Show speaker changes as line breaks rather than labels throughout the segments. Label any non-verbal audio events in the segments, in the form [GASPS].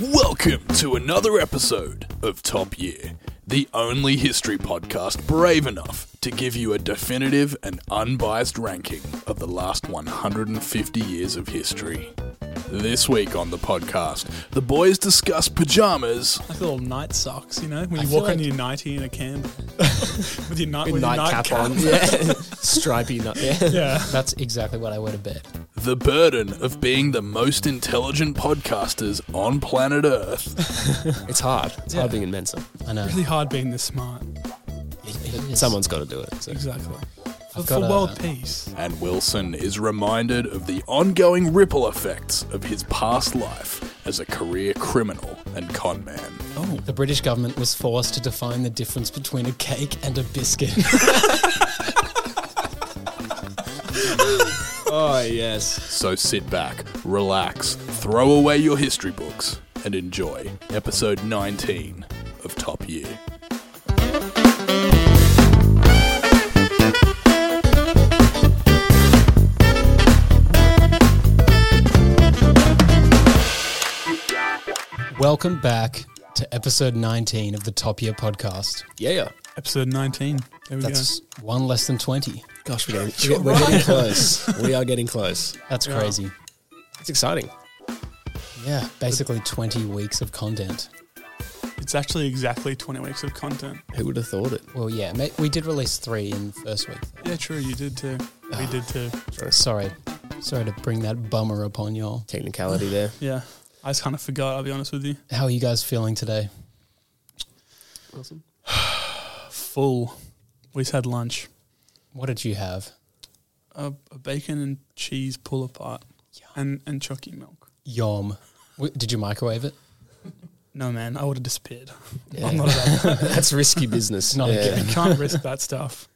Welcome to another episode of Top Year, the only history podcast brave enough to give you a definitive and unbiased ranking of the last 150 years of history. This week on the podcast, the boys discuss pajamas.
Like little night socks, you know, when
I
you
feel
walk on
like-
your nighty in a
[LAUGHS]
camp [LAUGHS] with your night with your
nightcap
nightcap.
[LAUGHS] on. Yeah. Stripy nut. Yeah.
Yeah, [LAUGHS]
That's exactly what I wear to bed.
The burden of being the most intelligent podcasters on planet Earth.
It's hard. It's
Yeah.
hard being in Mensa.
I know.
really hard being this smart.
Someone's got to do it. So.
Exactly. For,
got
for
a-
world peace.
And Wilson is reminded of the ongoing ripple effects of his past life as a career criminal and con man.
Oh,
The British government was forced to define the difference between a cake and a biscuit.
[LAUGHS]
[LAUGHS]
Oh yes.
So sit back, relax, throw away your history books, and enjoy episode 19 of Top Year.
Welcome back to episode 19 of the Top Year podcast.
Yeah. yeah.
episode 19. There we
That's one less than 20.
Gosh, we're
[LAUGHS]
getting, we're, we're getting close. we are getting close.
That's
Yeah.
crazy.
It's exciting.
Yeah, basically 20 weeks of content.
go. It's actually exactly 20 weeks of content.
Who would have thought it?
Well, yeah, ma- we did release three in the first week.
Yeah, true. You did too. We did too.
Sorry. Sorry to bring that bummer upon y'all.
Technicality
[LAUGHS]
there.
Yeah. I just kind of forgot, I'll be honest with you.
How are you guys feeling today?
Awesome.
Full. We just had lunch.
What did you have?
A, a bacon and cheese pull apart
Yum.
and, and chalky milk.
Yom. W- Did you microwave it?
No, man, I would have disappeared. [LAUGHS]
Yeah.
I'm not about that.
That's risky
[LAUGHS]
business.
Not a
yeah. Mm.
You can't risk that stuff.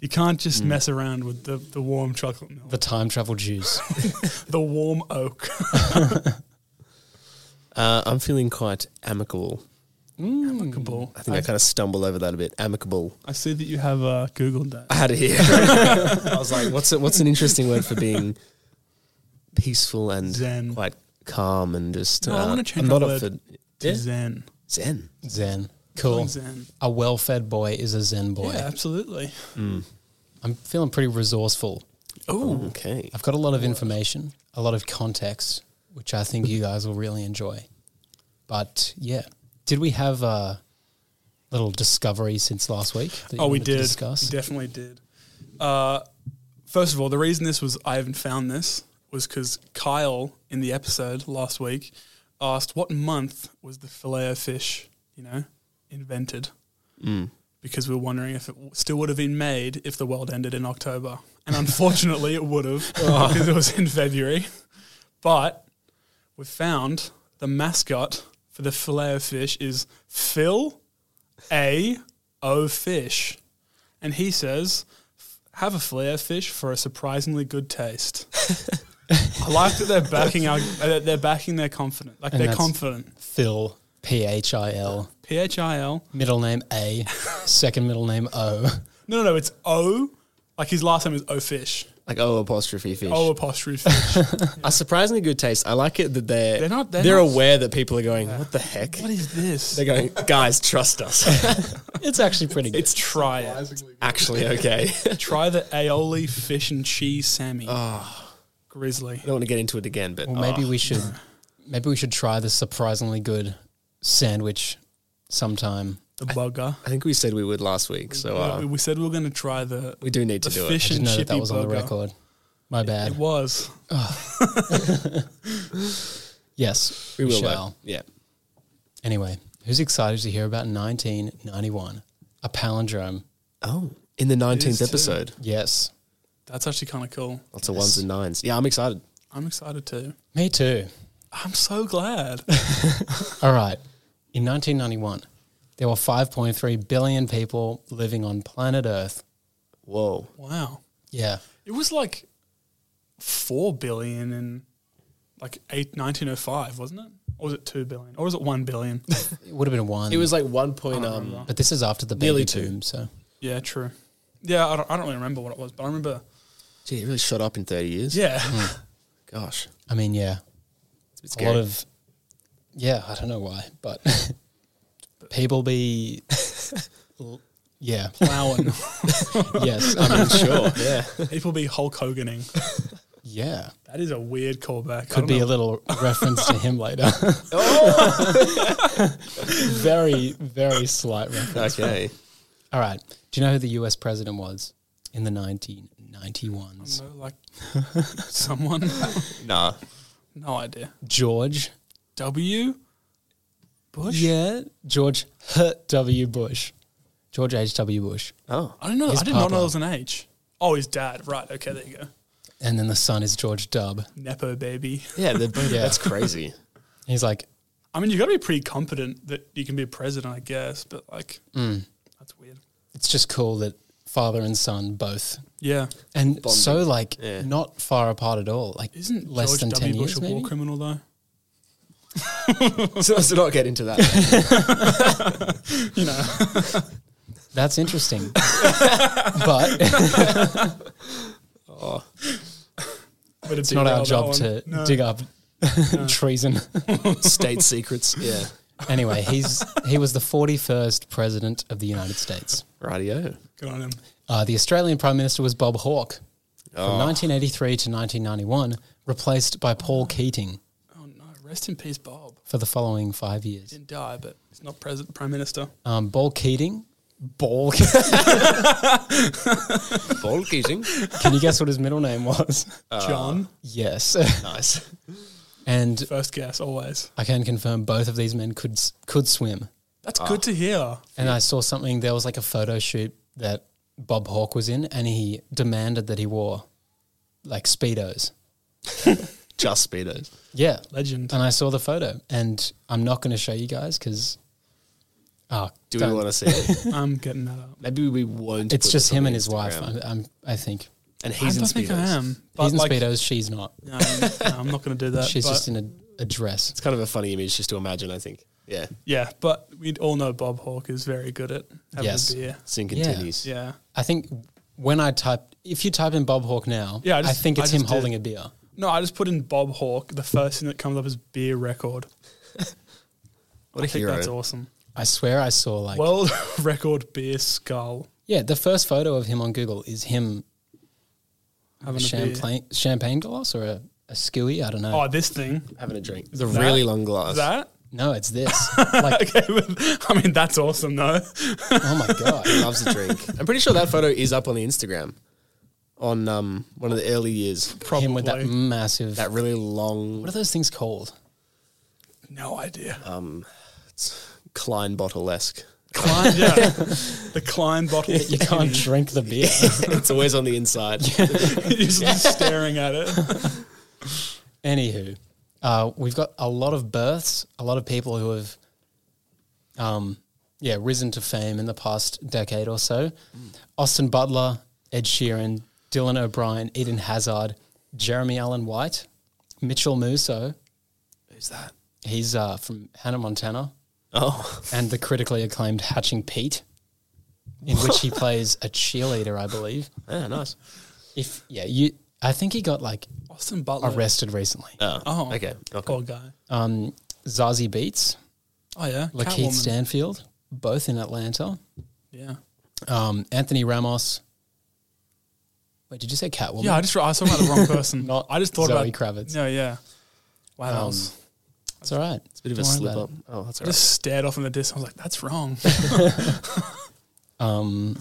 You can't just mess around with the, the warm chocolate milk,
The
the,
time
[LAUGHS]
travel juice.
warm
[LAUGHS]
oak.
Uh, I'm feeling quite amicable.
Amicable.
Mm. I think I, kind of stumbled over that a bit. Amicable. [LAUGHS]
I see that you have uh, Googled that.
I had it
[LAUGHS]
here. I was like, what's a, what's an interesting word for being peaceful and
Zen.
quite calm and just uh,
No, I wanna change
I'm not
my
up
word.
for
To
yeah.
Zen.
Zen.
Zen.
Feeling
Cool.
Zen.
A well fed boy is a Zen boy.
Yeah, absolutely.
I'm feeling pretty resourceful.
Oh,
Okay.
I've got a lot of information, a lot of context, which I think you guys will really enjoy. But yeah, did we have a little discovery since last week? that you
oh, we
wanted to
did.
discuss?
We definitely did. Uh, first of all, the reason this was I haven't found this was because Kyle in the episode last week asked what month was the fillet of fish, you know, invented.
Mm.
because we were wondering if it w- still would have been made if the world ended in October. And unfortunately, it would have because it was in February. But we found the mascot for the filet of fish is Phil A O Fish. And he says, "F- have a filet of fish for a surprisingly good taste. I like that they're backing our, uh, they're backing their confident. Like
And
they're
that's-
confident.
Phil, P H I L,
P H I L
middle name A, second middle name O.
No, no, no. It's O. Like his last name is O fish.
Like oh apostrophe fish.
O apostrophe fish.
A surprisingly good taste. I like it that they're
They're not- they're not-
aware that people are going. What the heck?
what is this?
They're going. Guys, trust [LAUGHS] us.
It's actually pretty good.
It's try it.
Actually, [LAUGHS] okay. I
Try the aioli fish and cheese Sammy. Grizzly.
don't want to get into it again, but
Well, maybe we should maybe we should try the surprisingly good sandwich sometime.
The
oh.
bugger.
I think we said we would last week, so uh,
we, we said we were going to try the,
we do need
the
to do
fish
I didn't
and
know that
chippy
that was on the
burger.
record. My
It
bad.
was.
Yes,
it. We will. though.
shall.
Yeah.
Anyway, who's excited to hear about 1991? A palindrome.
Oh, in the nineteenth
too.
episode.
Yes,
That's actually kind of cool.
Lots of ones and nines. Yeah, I'm excited.
I'm excited too.
me too.
I'm so glad.
[LAUGHS] All right. In 1991, there were 5.3 billion people living on planet Earth.
Whoa.
wow.
Yeah.
It was like 4 billion in like eight, 1905, wasn't it? Or was it 2 billion? Or was it 1
[LAUGHS]
billion?
It would have been one.
It was like one point.
remember.
Um,
but this is after the
Nearly
baby
two.
boom, so
Yeah, true. Yeah, I don't, I don't really remember what it was, but I remember.
gee, it really shot up
[LAUGHS]
[LAUGHS]
Hmm.
in thirty years.
Yeah.
Gosh,
I mean, yeah.
it's a bit
A lot
scary.
of yeah, I don't know why, but [LAUGHS] people be, yeah,
Plowing.
yes, I mean, sure,
[LAUGHS] Yeah.
People be Hulk Hoganing.
yeah.
That is a weird callback. I
Could
don't
be
know.
a little reference to him later. [LAUGHS] very, very slight reference.
okay.
All right. Do you know who the US president was in the 1991s?
No,
[LAUGHS]
like someone. [LAUGHS]
Nah.
No idea.
George.
W. Bush.
Yeah. George W. Bush. George H.W. Bush.
Oh.
I don't know.
His
I did not
papa.
know there was an H. Oh, his dad. Right. Okay. There you go.
And then the son is George Dub.
Nepo baby.
Yeah, they're both,
Yeah.
that's crazy.
He's like,
I mean, you got to be pretty competent that you can be a president, I guess. But like,
Mm.
that's weird.
it's just cool that father and son both.
Yeah.
And
Bonding.
so, like,
Yeah.
not far apart at all. Like,
Isn't
less
George
than
W.
10
Bush
years,
a war
maybe?
criminal though? [LAUGHS]
so let's not get into that.
You know.
That's
[LAUGHS]
interesting. but
but
it's not our job to dig up [LAUGHS] treason.
State secrets. Yeah.
Anyway, he's he was the 41st president of the United States.
Radio.
Good on him.
Uh, the Australian Prime Minister was Bob Hawke from
Oh.
1983 to 1991, replaced by Paul Keating
Oh no. Rest in peace, Bob.
for the following five years.
Didn't die, but he's not president, prime minister.
Um, Paul Keating, Paul. [LAUGHS]
Ball keating.
Can you guess what his middle name was?
John.
Yes, [LAUGHS]
Nice.
and
First guess always.
I can confirm both of these men could s- could swim.
That's good to hear.
And I saw something. There was like a photo shoot that Bob Hawke was in, and he demanded that he wore like speedos.
Just speedos.
Yeah,
Legend.
[LAUGHS] and I saw the photo, and I'm not going to show you guys because, oh,
Do
don't-
we want to see
[LAUGHS]
it?
I'm getting that up.
Maybe we won't.
It's
put
just
this on
him
the
and his wife.
Instagram.
I'm, I'm, I think
And he's in
I don't
speedos.
think I am. But
he's in
like,
speedos. She's not.
No, no, I'm not going to do that.
[LAUGHS] She's
but-
just in a, a dress.
It's kind of a funny image just to imagine. I think. Yeah.
yeah, but we all know Bob Hawke is very good at having
Yes.
a beer.
Sin
Yeah.
continues.
Yeah,
I think when I typed, if you type in Bob Hawke now,
Yeah, I
I,
just-
think it's
I
him
just
holding a beer.
no, I just put in Bob Hawke. The first thing that comes up is beer record.
What
I
a
think
hero.
that's awesome.
I swear I saw like,
World [LAUGHS] record beer skull
yeah, the first photo of him on Google is him
having a
champagne champagne glass or a, a skewy. I don't know.
beer. Oh, this thing
Having a drink. It's a
That-
really long glass.
that. [LAUGHS]
no, it's this. like,
Okay, but, I mean that's awesome though.
oh my god.
He loves a drink. I'm pretty sure that photo is up on the Instagram, on um one of the early years.
Probably
Him with that massive.
That really long
what are those things called?
[LAUGHS] no idea.
Klein bottle esque.
Klein, yeah, the Klein bottle.
You can't drink the beer.
[LAUGHS] it's always on the inside.
[LAUGHS] You're just staring at it.
Anywho, uh, we've got a lot of births, a lot of people who have, um, yeah, risen to fame in the past decade or so.
Hmm.
Austin Butler, Ed Sheeran, Dylan O'Brien, Eden Hazard, Jeremy Allen White, Mitchell Musso.
Who's that?
He's uh, from Hannah Montana
Oh,
and the critically acclaimed Hatching Pete, in which
[LAUGHS]
he plays a cheerleader, I believe.
yeah, Ah, nice.
If yeah, you, I think he got like
Austin Butler.
arrested recently.
Oh,
Oh,
okay. okay.
Poor guy.
Um, Zazie Beats.
Oh yeah,
Lakeith
Catwoman.
Stanfield, both in Atlanta.
Yeah.
Um, Anthony Ramos. Wait, did you say Catwoman?
Yeah, I just I was talking about the
[LAUGHS]
wrong person.
Not
I just thought
Zoe
about
Kravitz.
No, yeah. Wow, that
Um,
was,
It's all right. It's
Bit of a slip up. Oh, that's
I
all right.
just stared off in the distance. I was like, "That's
[LAUGHS]
wrong."
Um,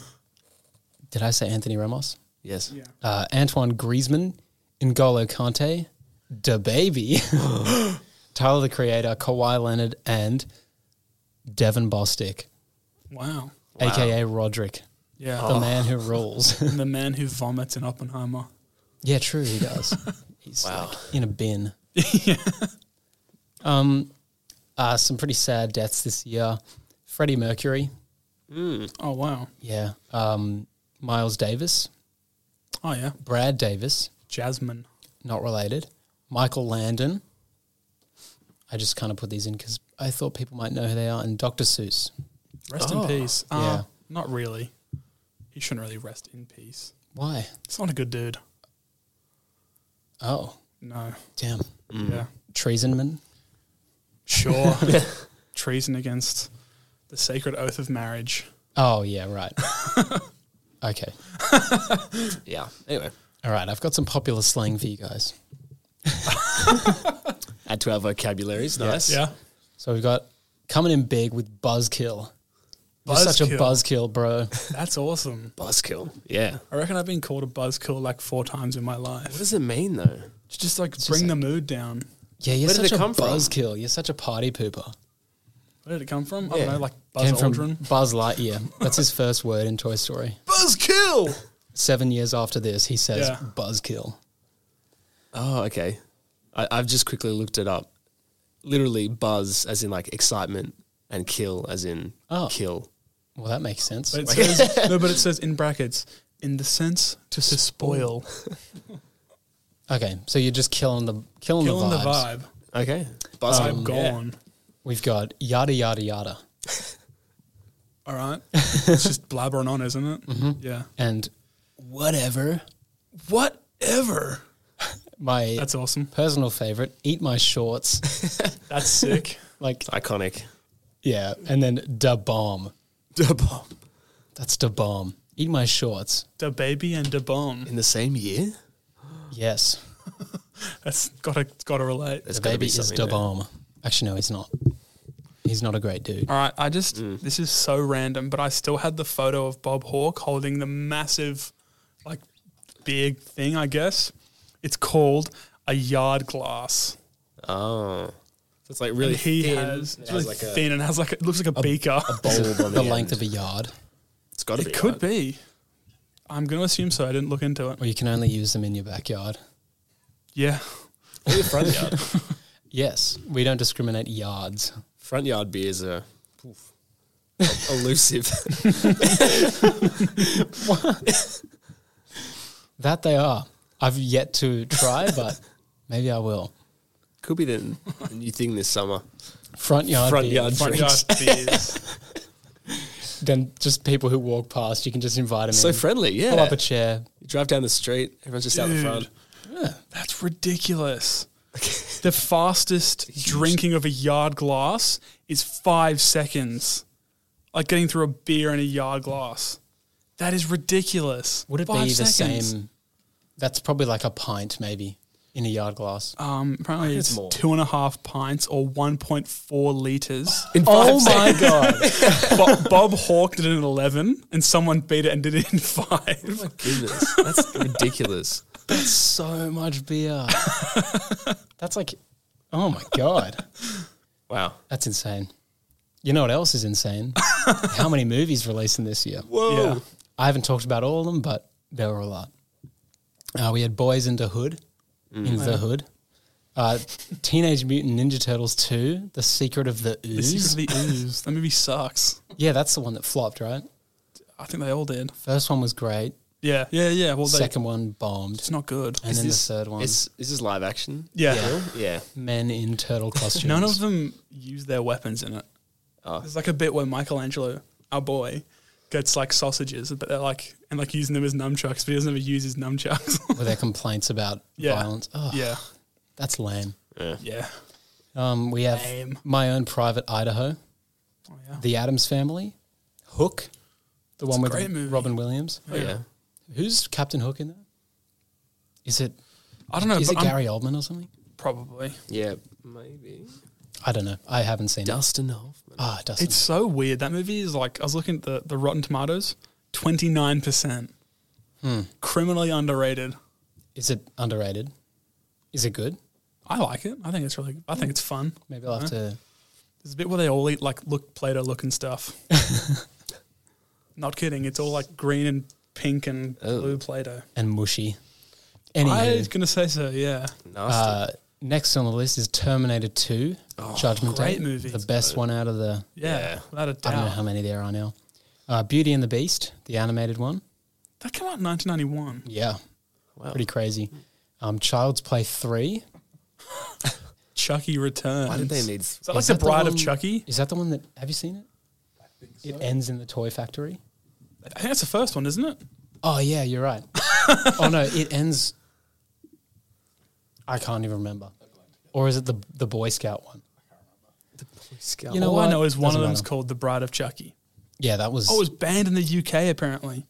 did I say Anthony Ramos?
Yes.
Uh, Antoine Griezmann, N'Golo Kante,
[GASPS]
Da Baby, Tyler the Creator, Kawhi Leonard, and Devin Bostick,
Wow.
aka Roderick,
Yeah.
Oh.
the man who rules.
And the man who vomits in Oppenheimer.
Yeah, true. He does. He's
Wow.
like in a bin. Um, uh, some pretty sad deaths this year. Freddie Mercury.
Oh wow.
Yeah. Um, Miles Davis.
Oh yeah.
Brad Davis.
Jasmine.
Not related. Michael Landon. I just kind of put these in because I thought people might know who they are. And Dr. Seuss.
Rest
Oh,
in peace. Uh,
yeah.
Not really. He shouldn't really rest in peace.
Why?
It's not a good dude.
Oh,
No.
damn.
Yeah.
Mm. Treasonman. [LAUGHS]
Sure. Treason against the sacred oath of marriage.
Oh yeah, right. okay.
Yeah. Anyway,
All right, I've got some popular slang for you guys.
add to our vocabularies. Nice.
Yeah.
So we've got coming in big with buzzkill. You're such a buzzkill, bro.
That's awesome.
Buzzkill. Yeah.
I reckon I've been called a buzzkill like four times in my life.
What does it mean though?
It's just like bring the mood down.
Yeah, you're
Where did it
such a
come from?
buzzkill. You're such a party pooper.
Where did it come from? I don't
Yeah.
know, like Buzz
Came from
Aldrin.
Buzz Lightyear. That's his first word in Toy Story.
Buzzkill!
Seven years after this, he says
Yeah.
buzzkill.
Oh, okay. I, I've just quickly looked it up. Literally, buzz as in like excitement, and kill as in
Oh.
kill.
Well, that makes sense.
But it [LAUGHS] says, no, but it says in brackets, in the sense to spoil.
Okay, so you're just killing the killing,
Killing
the,
the Um,
vibes.
vibe.
Okay. Buzz.
Vibe gone.
We've got yada yada yada,
All right. [LAUGHS] it's just blabbering on, isn't it? Yeah.
and whatever.
Whatever.
My
That's awesome.
personal favorite, eat my shorts. [LAUGHS]
That's sick.
like
Iconic.
yeah, and then da bomb.
Da bomb.
That's da bomb. Eat my shorts.
[LAUGHS] Da baby and da bomb.
In the same year?
Yes,
That's gotta gotta relate.
There's
the
gotta
baby
be
is
something
da
there.
bomb. Actually, no, he's not. He's not a great dude.
All right, I just
Mm.
this is so random, but I still had the photo of Bob Hawke holding the massive, like, big thing. I guess it's called a yard glass.
Oh. So it's like really
And he
thin.
has
It
it's really
has, like a
thin and has like a, it looks like a, beaker.
bulb on
the
end.
length of a yard,
It's got to
it
be.
could
right?
be. I'm gonna assume so. I didn't look into it.
or you can only use them in your backyard.
Yeah,
Or your front yard.
Yes, we don't discriminate yards.
front yard beers are oof, elusive. [LAUGHS]
That they are. I've yet to
[LAUGHS]
try, but maybe I will.
could be the the new thing this summer.
Front yard.
Front
beer.
yard
front yard beers.
Then just people who walk past, you can just invite them
So
in.
friendly, yeah.
Pull up a chair.
You drive down the street, everyone's just out the
Dude.
front.
That's
[LAUGHS]
ridiculous. the fastest drinking of a yard glass is five seconds. Like getting through a beer in a yard glass. That is ridiculous.
Would it
Five
be
seconds.
the same? That's probably like a pint, maybe, in a yard glass.
Um, apparently it's
more.
two and a half pints or 1.4
[GASPS]
litres.
oh my
[LAUGHS]
god!
Bo- Bob Hawke did it in 11 and someone beat it and did it in five.
Oh
My goodness, that's ridiculous.
That's so much beer. [LAUGHS] That's like, oh my god,
Wow.
that's insane. You know what else is
[LAUGHS]
insane? How many movies releasing this year?
[LAUGHS] Whoa. Yeah.
I haven't talked about all of them, but there were a lot. Uh, we had Boys in the Hood,
Mm.
in the Hood, uh, Teenage Mutant Ninja Turtles two, The Secret of the
The
Ooze.
Secret of the Ooze. That movie sucks.
yeah, that's the one that flopped, right?
I think they all did.
First one was great.
Yeah, yeah, yeah. Well, they,
Second one bombed,
it's not good.
and then the third one,
Is, is this live action?
yeah.
Yeah.
men in turtle
[LAUGHS]
costumes.
None
[LAUGHS]
of them use their weapons in it.
Oh.
There's like a bit where Michelangelo, our boy, gets like sausages, but they're like and like using them as nunchucks, but he doesn't ever use his nunchucks. [LAUGHS]
were their complaints about
yeah.
violence. Oh,
Yeah.
that's lame.
Yeah.
Um, we have
Lame.
my own private Idaho,
Oh yeah.
The Adams Family, Hook, the one
a
with
great movie.
Robin Williams.
Oh, yeah.
Who's Captain Hook in there? Is it
I don't know.
is
but
it
I'm-
Gary Oldman or something?
Probably.
Yeah. Maybe.
I don't know. I haven't seen it.
Dustin Hoffman.
Ah, Dustin.
It's so weird. That movie is like I was looking at the, the Rotten Tomatoes, twenty nine percent. Criminally underrated.
is it underrated? Is it good?
I like it. I think it's really. I think it's fun.
Maybe I'll have
Uh-huh.
to.
There's a bit where they all eat like look Play-Doh looking
[LAUGHS]
stuff. Not kidding. It's all like green and pink and blue Play-Doh.
And mushy.
I was
Anywho,
gonna say so. Yeah.
Nasty.
uh, next on the list is Terminator Two, Judgment
Oh, great
Day,
movie.
the best one out of the.
Yeah.
Yeah.
Without a
I don't know
doubt.
how many there are now. Uh, Beauty and the Beast, the animated one.
That came out in 1991.
Yeah,
Wow.
pretty crazy. Um, Child's Play Three.
Chucky returns.
Why did they need?
Is that like
Is
the
that the
Bride of
one-
Chucky?
Is that the one that? Have you seen it? It ends in the toy factory.
I think that's the first one, isn't it?
Oh yeah, you're right. [LAUGHS] oh no, it ends. I can't even remember. Or is it the the Boy Scout one?
Scout.
You know
All
what?
I know is one
Doesn't
of them's
matter.
called The Bride of Chucky.
Yeah, that was,
Oh, it was banned in the UK apparently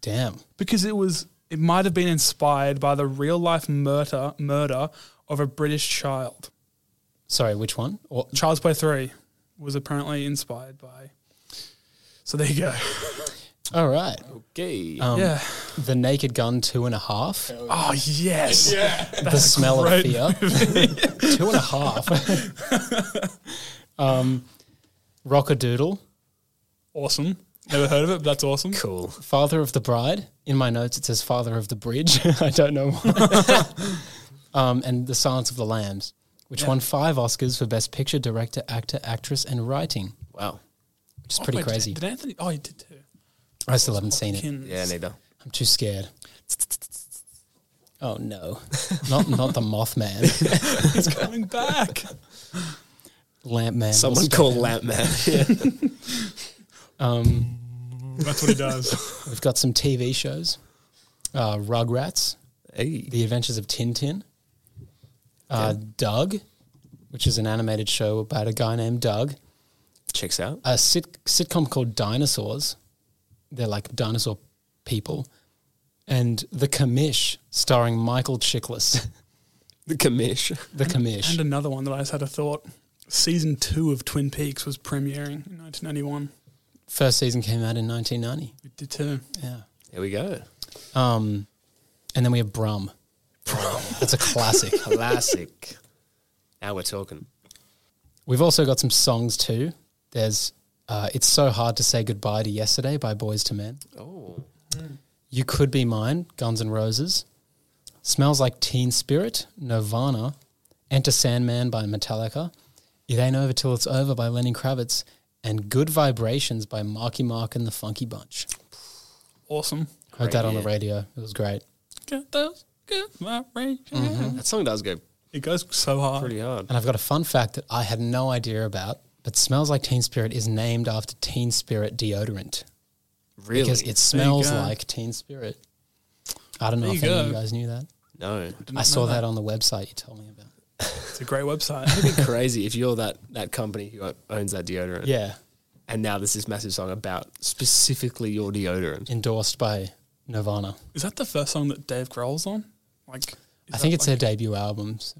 damn.
because it was it might have been inspired by the real life murder murder of a British child.
Sorry, which one? Or,
Child's Play 3 was apparently inspired by So there you go.
all right.
Okay.
Um,
yeah.
The Naked Gun two and a half.
Oh yes. Yeah.
the smell of
great
fear. Two and a half. um, Rockadoodle,
Awesome. Never heard of it, but that's awesome.
cool.
Father of the Bride. In my notes, it says Father of the Bridge. [LAUGHS] I don't know why. um, and The Silence of the Lambs, which won five Oscars for Best Picture, Director, Actor, Actress, and Writing,
Wow.
which is pretty
Wait, did-
crazy.
Did Anthony Oh, he did too.
I still haven't seen it.
Hopkins.
Yeah, neither.
I'm too scared. Oh no, not not the Mothman,
He's coming back.
Lamp Man. will
Someone
step
call
in.
Lamp Man. [LAUGHS]
Um,
[LAUGHS] That's what he does.
We've got some TV shows. Uh, Rugrats,
hey.
The Adventures of Tintin. Uh, Doug, which is an animated show about a guy named Doug.
Checks out.
A sit- sitcom called Dinosaurs. They're like dinosaur people. And The Commish, starring Michael Chiklis. [LAUGHS]
The commish.
the Commish.
and another one that I just had a thought. Season two of Twin Peaks was premiering in 1991.
First season came out in 1990.
It did too.
Yeah.
Here we go.
Um, and then we have Brum. Brum. That's a classic.
Classic. now we're talking.
We've also got some songs too. There's uh, It's So Hard to Say Goodbye to Yesterday by Boys to Men.
Oh.
You Could Be Mine, Guns N' Roses. Smells Like Teen Spirit, Nirvana. Enter Sandman by Metallica. It Ain't Over Till It's Over by Lenny Kravitz. And Good Vibrations by Marky Mark and the Funky Bunch.
Awesome.
Heard that on the
Great.
radio. It was great.
Get those good vibrations.
Mm-hmm.
That song does go
It goes so hard.
pretty hard.
And I've got a fun fact that I had no idea about, but Smells Like Teen Spirit is named after Teen Spirit deodorant.
Really?
Because it smells
go.
like Teen Spirit. I don't know
There
if
you
any of you
go.
guys knew that.
no.
Didn't
I saw
know
that. on the website you told me about.
It's a great website.
It'd be crazy if you're that, that company who owns that deodorant.
Yeah.
And now there's this massive song about specifically your deodorant.
Endorsed by Nirvana.
Is that the first song that Dave Grohl's on? Like, is
I think
that
it's
like,
their debut album. So.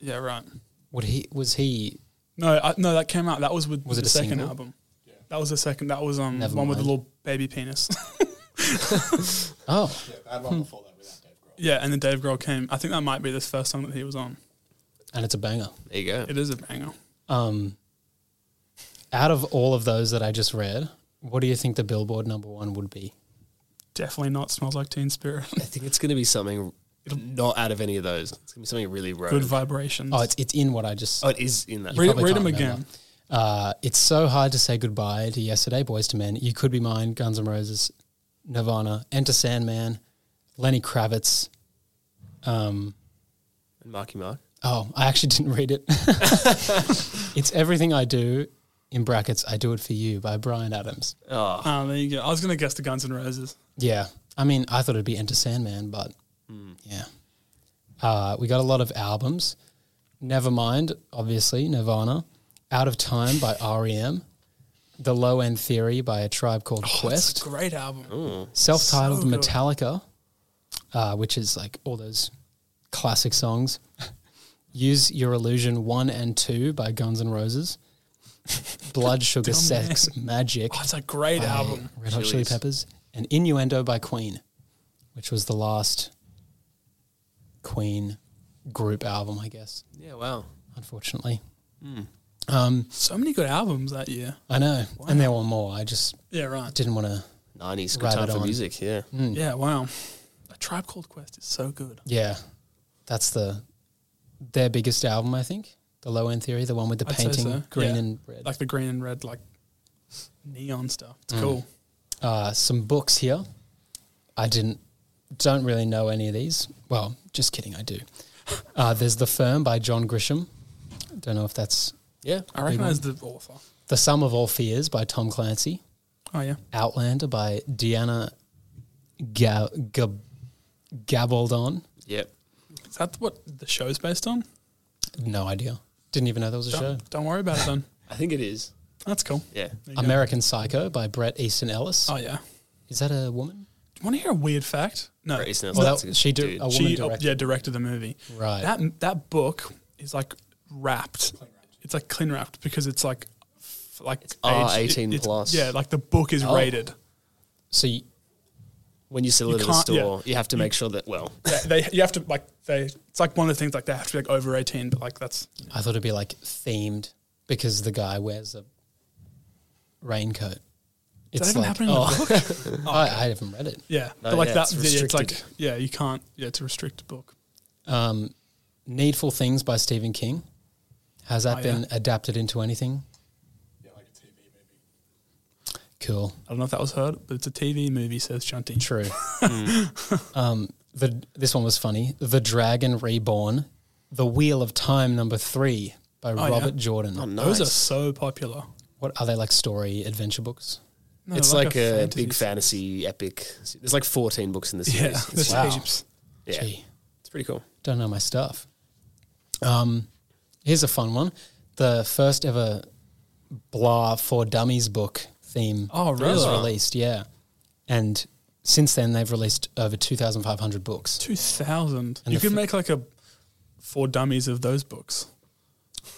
yeah, right.
Would he was he
No, I, no, that came out. That was with
Was
the
it a
second
single?
album. That was the second. That was um
Never
one with the
mind.
little baby penis. [LAUGHS]
Oh.
yeah, and then Dave Grohl came. I think that might be the first song that he was on.
And it's a banger.
There you go.
It is a banger.
Um out of all of those that I just read, what do you think the Billboard number one would be?
Definitely not smells like Teen Spirit.
I think it's going to be something not out of any of those. It's going to be something really rogue.
Good vibrations.
Oh, it's it's in what I just
Oh, it is in that.
You
read
probably
read
can't
them
remember.
again.
Uh, it's so hard to say goodbye to yesterday, Boys to Men. You could be mine, Guns N' Roses, Nirvana, Enter Sandman, Lenny Kravitz. Um,
And Marky Mark.
oh, I actually [LAUGHS] didn't read it. it's everything I do. In brackets, I do it for you by Brian Adams.
Oh,
Ah, there you go. I was gonna guess the Guns N' Roses.
Yeah, I mean, I thought it'd be Enter Sandman, but
Hmm.
yeah, uh, we got a lot of albums. Nevermind, obviously, Nirvana, Out of
[LAUGHS]
Time by REM, The Low End Theory by a Tribe Called Quest.
It's a Oh, great album.
hmm.
self-titled
So good.
Metallica, uh, which is like all those classic songs. [LAUGHS] Use Your Illusion one and two by Guns
[LAUGHS]
N' Roses. Blood Sugar Sex Magic
Oh, it's a great
by
album.
Red Hot Chili
Chili's.
Peppers, and Innuendo by Queen, which was the last Queen group album, I guess.
yeah, wow.
Unfortunately,
Hmm.
um,
So many good albums that year.
I know, and there were more. I just
Yeah, right.
didn't hmm. want to.
90s, good
Right
time
it
for
on.
music, yeah.
Mm.
Yeah, wow. A Tribe Called Quest is so good.
Yeah, that's the their biggest album, I think. The Low End Theory, the one with the
I'd say
painting
so,
green
yeah.
and red.
Like the green and red, like neon stuff. It's
Mm.
cool.
uh, some books here. I didn't don't really know any of these. Well, just kidding, I do. Uh, there's The Firm by John Grisham. Don't know if that's
Yeah.
I recognize the author.
The Sum of All Fears by Tom Clancy.
Oh yeah.
Outlander by Deanna Ga- Gab- Gabaldon.
Yep.
Is that what the show's based on?
No idea. Didn't even know there was a show.
Don't, don't worry about it then.
I think it is.
That's cool.
Yeah.
There you go.
American Psycho by Brett Easton Ellis.
Oh yeah.
Is that a woman?
Want to hear a weird fact? No.
Brett Easton Ellis,
Well,
that's
that-
a good
she did.
dude.
A woman
she oh,
directed.
yeah directed the movie.
Right.
That that book is like wrapped. It's like clean wrapped because it's like f- like it's
R18
it's-
plus.
Yeah, like the book is
Oh.
rated.
so you,
When you sell
You
it at a
can't- yeah.
store, you have to make sure that, well,
Yeah, they you have to like they. It's like one of the things like they have to be like over eighteen, but like that's
I thought it'd be like themed because the guy wears a raincoat.
Does that even happen in
oh,
the book?
[LAUGHS] I, I haven't read it.
Yeah,
No,
but like
yeah,
that.
it's
yeah, it's like
restricted.
yeah, you can't. Yeah, it's a restricted book.
Um, Needful Things by Stephen King. Has that
Oh,
been
yeah.
adapted into anything? Yeah, like a TV movie. Cool.
I don't know if that was heard, but it's a TV movie. Says Shunty. [LAUGHS]
True. um, the this one was funny. The Dragon Reborn, The Wheel of Time number three by
yeah.
Robert Jordan.
oh, nice.
Those are so popular.
What are they like story adventure books?
No,
it's like, a,
fantasy
big fantasy epic. There's like 14 books in the
Yeah,
series.
that's
It's,
Wow.
heaps.
yeah,
Gee,
it's pretty cool.
don't know my stuff. Um, here's a fun one. The first ever Blah for Dummies book theme
Oh,
was
really?
released, yeah. And since then, they've released over 2,500 books.
Two thousand.
And
You
the
could
f-
make like a four dummies of those books.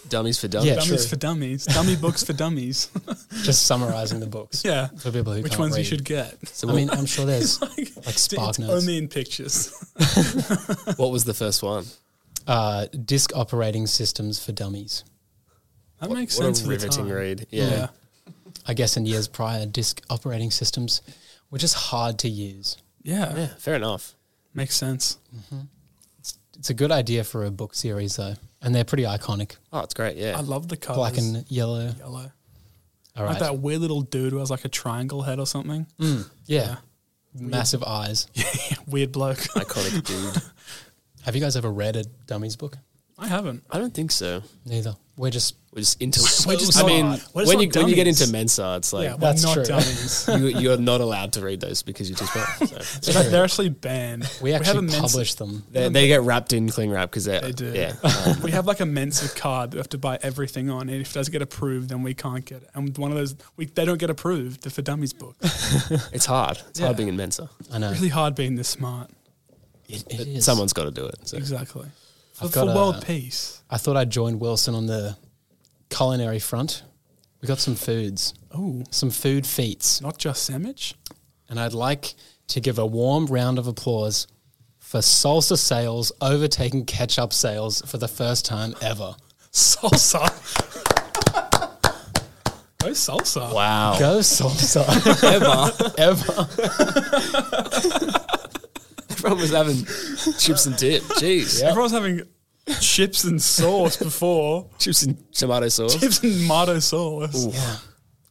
Dummies for dummies.
Yeah,
dummies
true.
for dummies. Dummy books for dummies. [LAUGHS]
Just summarizing the books
yeah.
for people who
Which
can't
ones you
read.
should get? [LAUGHS]
I mean, I'm sure there's
like,
like Spark
it's
Notes.
only in pictures. [LAUGHS]
What was the first one?
uh, disk operating systems for dummies.
That
What-
makes
what
sense.
a
for the
riveting
time.
read.
Yeah.
Yeah.
I guess in years prior, disk operating systems were just hard to use.
yeah,
Yeah, fair enough.
makes sense.
It's a good idea for a book series, though, and they're pretty iconic.
Oh, it's great. Yeah.
I love the colors.
Black and yellow.
yellow.
All right.
Like that weird little dude who has like a triangle head or something.
Mm, yeah.
Yeah.
Massive eyes.
[LAUGHS] Weird bloke. [LAUGHS]
Iconic dude.
Have you guys ever read a dummies book?
I haven't.
I don't think so.
Neither. We're just
[LAUGHS] We're just into.
We're just
I mean,
not- we're just
when
not
you when you get
dummies.
into Mensa, it's like
yeah, we're
that's
not
true. [LAUGHS]
dummies.
you, you're not allowed to read those because you're
[LAUGHS]
too smart. So.
In fact, they're actually banned.
we actually
a Mensa-
publish them.
They, they get wrapped in cling wrap because they're
[LAUGHS] They do.
yeah.
[LAUGHS] we have like a Mensa card that we have to buy everything on. And if it doesn't get approved, then we can't get it. And one of those, we, they don't get approved the for dummies book.
It's hard. It's
Yeah.
hard being in Mensa.
I know.
really hard being this smart.
It, it
But
is.
Someone's got to do it. So.
Exactly. For,
I've got
for
a-
world peace.
I thought I'd join Wilson on the culinary front. We got some foods,
Oh,
some food feats.
not just sandwich. [LAUGHS]
and I'd like to give a warm round of applause for salsa sales overtaking ketchup sales for the first time ever.
Salsa. [LAUGHS] Go salsa.
Wow.
Go salsa [LAUGHS] ever ever.
[LAUGHS] Everyone was having chips and
[LAUGHS]
dip. Jeez.
Everyone's having chips and sauce
[LAUGHS]
before.
Chips and tomato sauce.
chips and tomato sauce.
Yeah,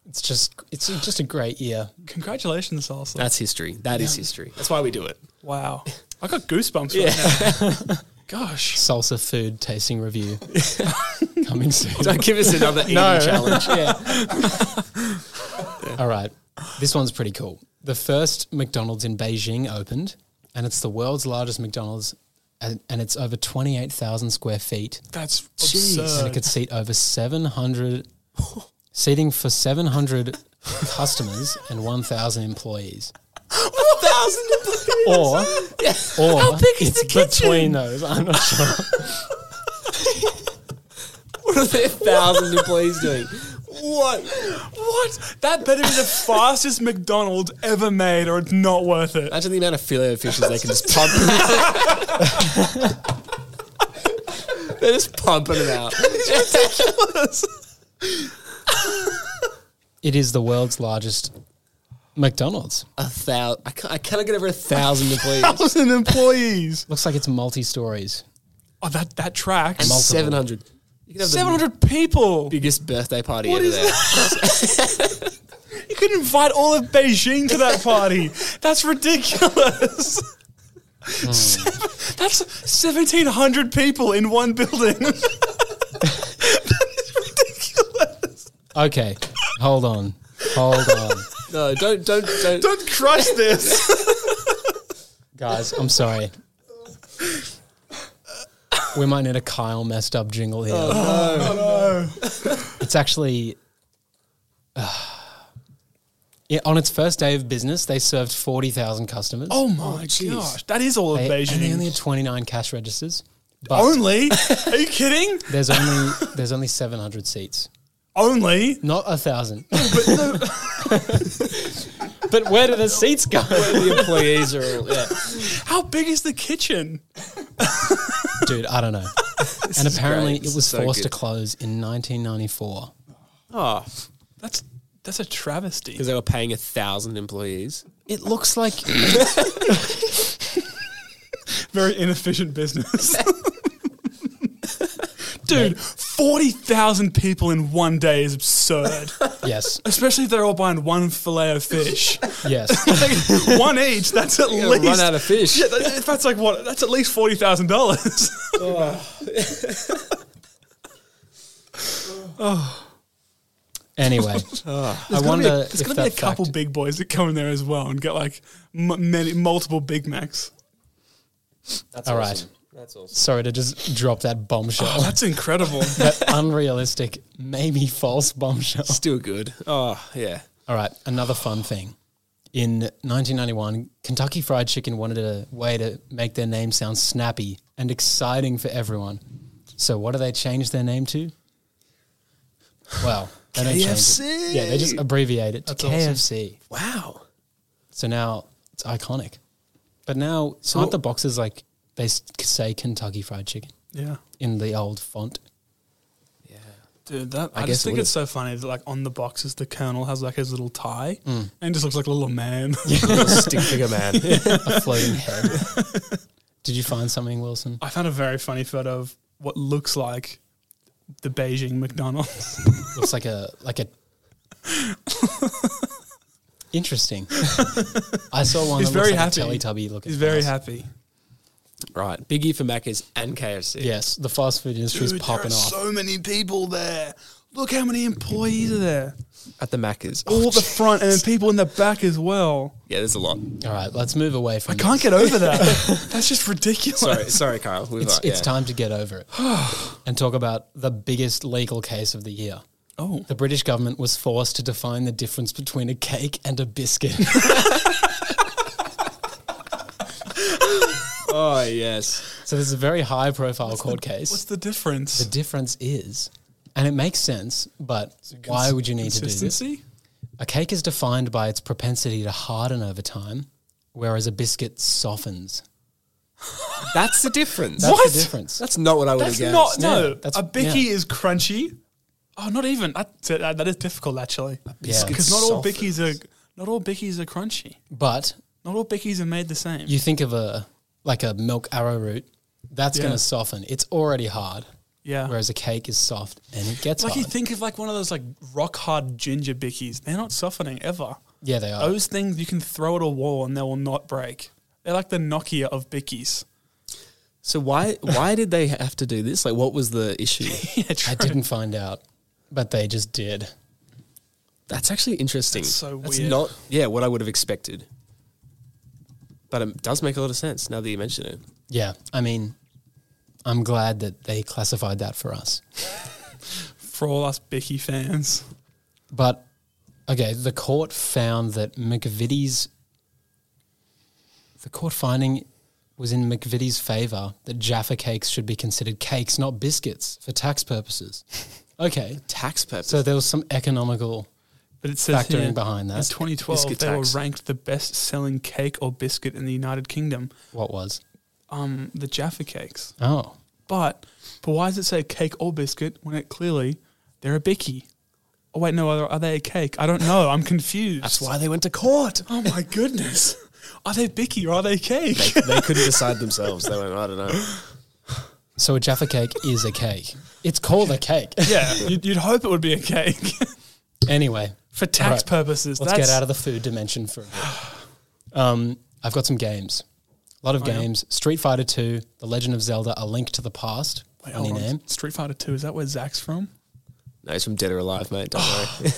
it's just it's just a great year.
Congratulations, salsa.
That's history. That is history. That's why we do it.
wow. I got goosebumps right
[LAUGHS]
now. Gosh.
Salsa food tasting [LAUGHS] review coming soon.
Don't
[LAUGHS]
give us another eating challenge.
yeah. All right, this one's pretty cool. The first McDonald's in Beijing opened, and it's the world's largest McDonald's, and, and it's over twenty eight thousand square feet.
That's
and it
absurd.
could seat over [LAUGHS] 700 seating for 700 customers and 1000 employees or or how big is the kitchen between those i'm not sure
What are their thousand employees doing?
What? What? That better be the fastest McDonald's ever made, or it's not worth it.
Imagine the amount of fillet fishes they can just pump. They're [LAUGHS] just pumping them out.
it is the world's largest mcdonald's
A thousand. I can't, I cannot get over a thousand employees.
Thousand employees.
looks like it's multi-stories
Oh, that that tracks.
Seven hundred. You can have
Seven hundred
700. the
people.
biggest birthday party
What
ever
is
there.
You could invite all of Beijing to that [LAUGHS] party. That's ridiculous. Hmm. Seven- that's seventeen hundred people in one building.
okay hold on hold on
No, don't, don't,
[LAUGHS]
don't.
Don't crush this.
guys i'm sorry we might need a Kyle messed up jingle here.
Oh, no.
It's actually. uh, yeah, on its first day of business, they served 40,000 customers.
oh my gosh. That is all of
they, and they
Beijing. Oh,
only had 29 cash registers. But
[LAUGHS] Only? Are you kidding?
there's only there's only 700 seats,
Only?
not a thousand. But, where do the seats go?
the employees are all, yeah.
How big is the kitchen?
Dude, I don't know. and apparently,
great. This
it was
is so
forced to
good.
close in 1994.
Oh,
That's that's a travesty.
because they were paying a thousand employees.
It looks like
Very inefficient [LAUGHS] business. Dude, 40,000 people in one day is absurd.
yes,
Especially if they're all buying one fillet of fish. [LAUGHS]
yes.
Like, one each, that's
[LAUGHS]
at
They're
least.
gonna Run out of fish.
yeah, [LAUGHS] that, that's like what? That's at least [LAUGHS] $40,000.
Anyway,
[LAUGHS]
I
There's gonna
wonder
be a- there's
if
going to
that
be a couple
fact-
big boys that come in there as well and get like m- many multiple Big Macs.
That's
All right. awesome.
That's awesome.
Sorry to just drop that bombshell.
Oh, [LAUGHS] that's
[LAUGHS]
incredible.
that unrealistic, maybe false bombshell.
Still good. Oh yeah.
All right, another fun thing. In 1991, Kentucky Fried Chicken wanted a way to make their name sound snappy and exciting for everyone. So, what do they change their name to? Well, they don't change
KFC.
it. Yeah, they just abbreviate it to
That's awesome.
KFC.
Wow.
So now it's iconic. But now, aren't the boxes like they s- say Kentucky Fried Chicken
yeah.
in the old font?
Yeah. [LAUGHS]
Dude, that I,
I guess
just
it
think
would've-
it's so funny that like on the boxes the colonel has like his little tie
Mm.
and just looks like a little
[LAUGHS]
man.
Stick figure man.
A floating head.
[LAUGHS]
Did you find something, Wilson?
I found a very funny photo of what looks like the Beijing McDonald's. [LAUGHS]
Looks like a like a. Interesting. I saw
He's
one. that looks
very
like
happy.
A Teletubby looking.
He's very
mouse.
happy.
[LAUGHS] Right. Biggie for Macca's and KFC.
Yes, the fast food industry's popping off.
so many people there. Look how many employees are [LAUGHS] there.
At the Macca's.
All at the front and then people in the back as well.
Yeah, there's a lot.
All right, let's move away from.
I can't get over [LAUGHS] that. That's just ridiculous.
Sorry, sorry, Kyle. We've
It's,
uh,
it's
yeah.
time to
[SIGHS]
get over it and talk about the biggest legal case of the year.
Oh.
The British government was forced to define the difference between a cake and
[LAUGHS]
a biscuit.
Oh yes.
so this is a very high profile
What's
court case.
the difference?
The difference is, and it makes sense, but why would you need to do this?
Consistency?
A cake is defined by its propensity to harden over time, whereas a biscuit softens.
That's the difference.
That's
What?
the difference.
That's not what I would have
That's not
guessed.
no.
Yeah, that's-
a bicky is crunchy. Oh, not even. That's it. That, that is difficult actually.
Yeah.
Because not all
Softens.
bickies are not all bickies are crunchy.
but
Not all bickies are made the same.
you think of a like a milk arrowroot, that's
Yeah.
going to soften. It's already hard,
yeah.
whereas a cake is soft and it gets
like
hard.
you think of like one of those like rock hard ginger bickies. They're not softening ever.
yeah, they are.
Those things you can throw at a wall and they will not break. They're like the Nokia of bickies.
So why why did they have to do this? Like, what was the issue?
yeah, true.
I didn't find out, but they just did.
That's actually interesting.
That's so
That's
weird.
not yeah what I would have expected. But it does make a lot of sense now that you mention it.
Yeah, I mean, I'm glad that they classified that for us.
For all us bicky fans.
But okay, the court found that McVitie's the court finding was in McVitie's favor that Jaffa cakes should be considered cakes, not biscuits, for tax
[LAUGHS]
purposes. Okay,
Tax purpose.
so there was some economical.
But it says
Factoring
here,
behind that.
In 2012,
Biscuit
they
tax.
were ranked the best selling cake or biscuit in the United Kingdom.
What was?
Um, the Jaffa cakes.
Oh,
But but why does it say cake or biscuit when it clearly they're a bicky? Oh wait, no, are, are they a cake? I don't know. I'm confused.
That's why they went to court.
Oh my goodness, are they bicky or are they cake?
they couldn't decide themselves. They went, I don't know.
so a Jaffa cake is a cake. It's called a
[LAUGHS]
cake.
[LAUGHS] yeah, you'd, you'd hope it would be a cake [LAUGHS]
anyway,
for tax
Alright,
purposes.
Let's
that's,
get out of the food dimension for a bit. Um, I've got some games. A lot of
yeah.
games. Street Fighter 2, The Legend of Zelda, A Link to the Past. E
Wait,
funny
hold on.
name.
Street Fighter Two. Is that where Zach's from?
[LAUGHS] No, it's from Dead or Alive, mate. Don't worry.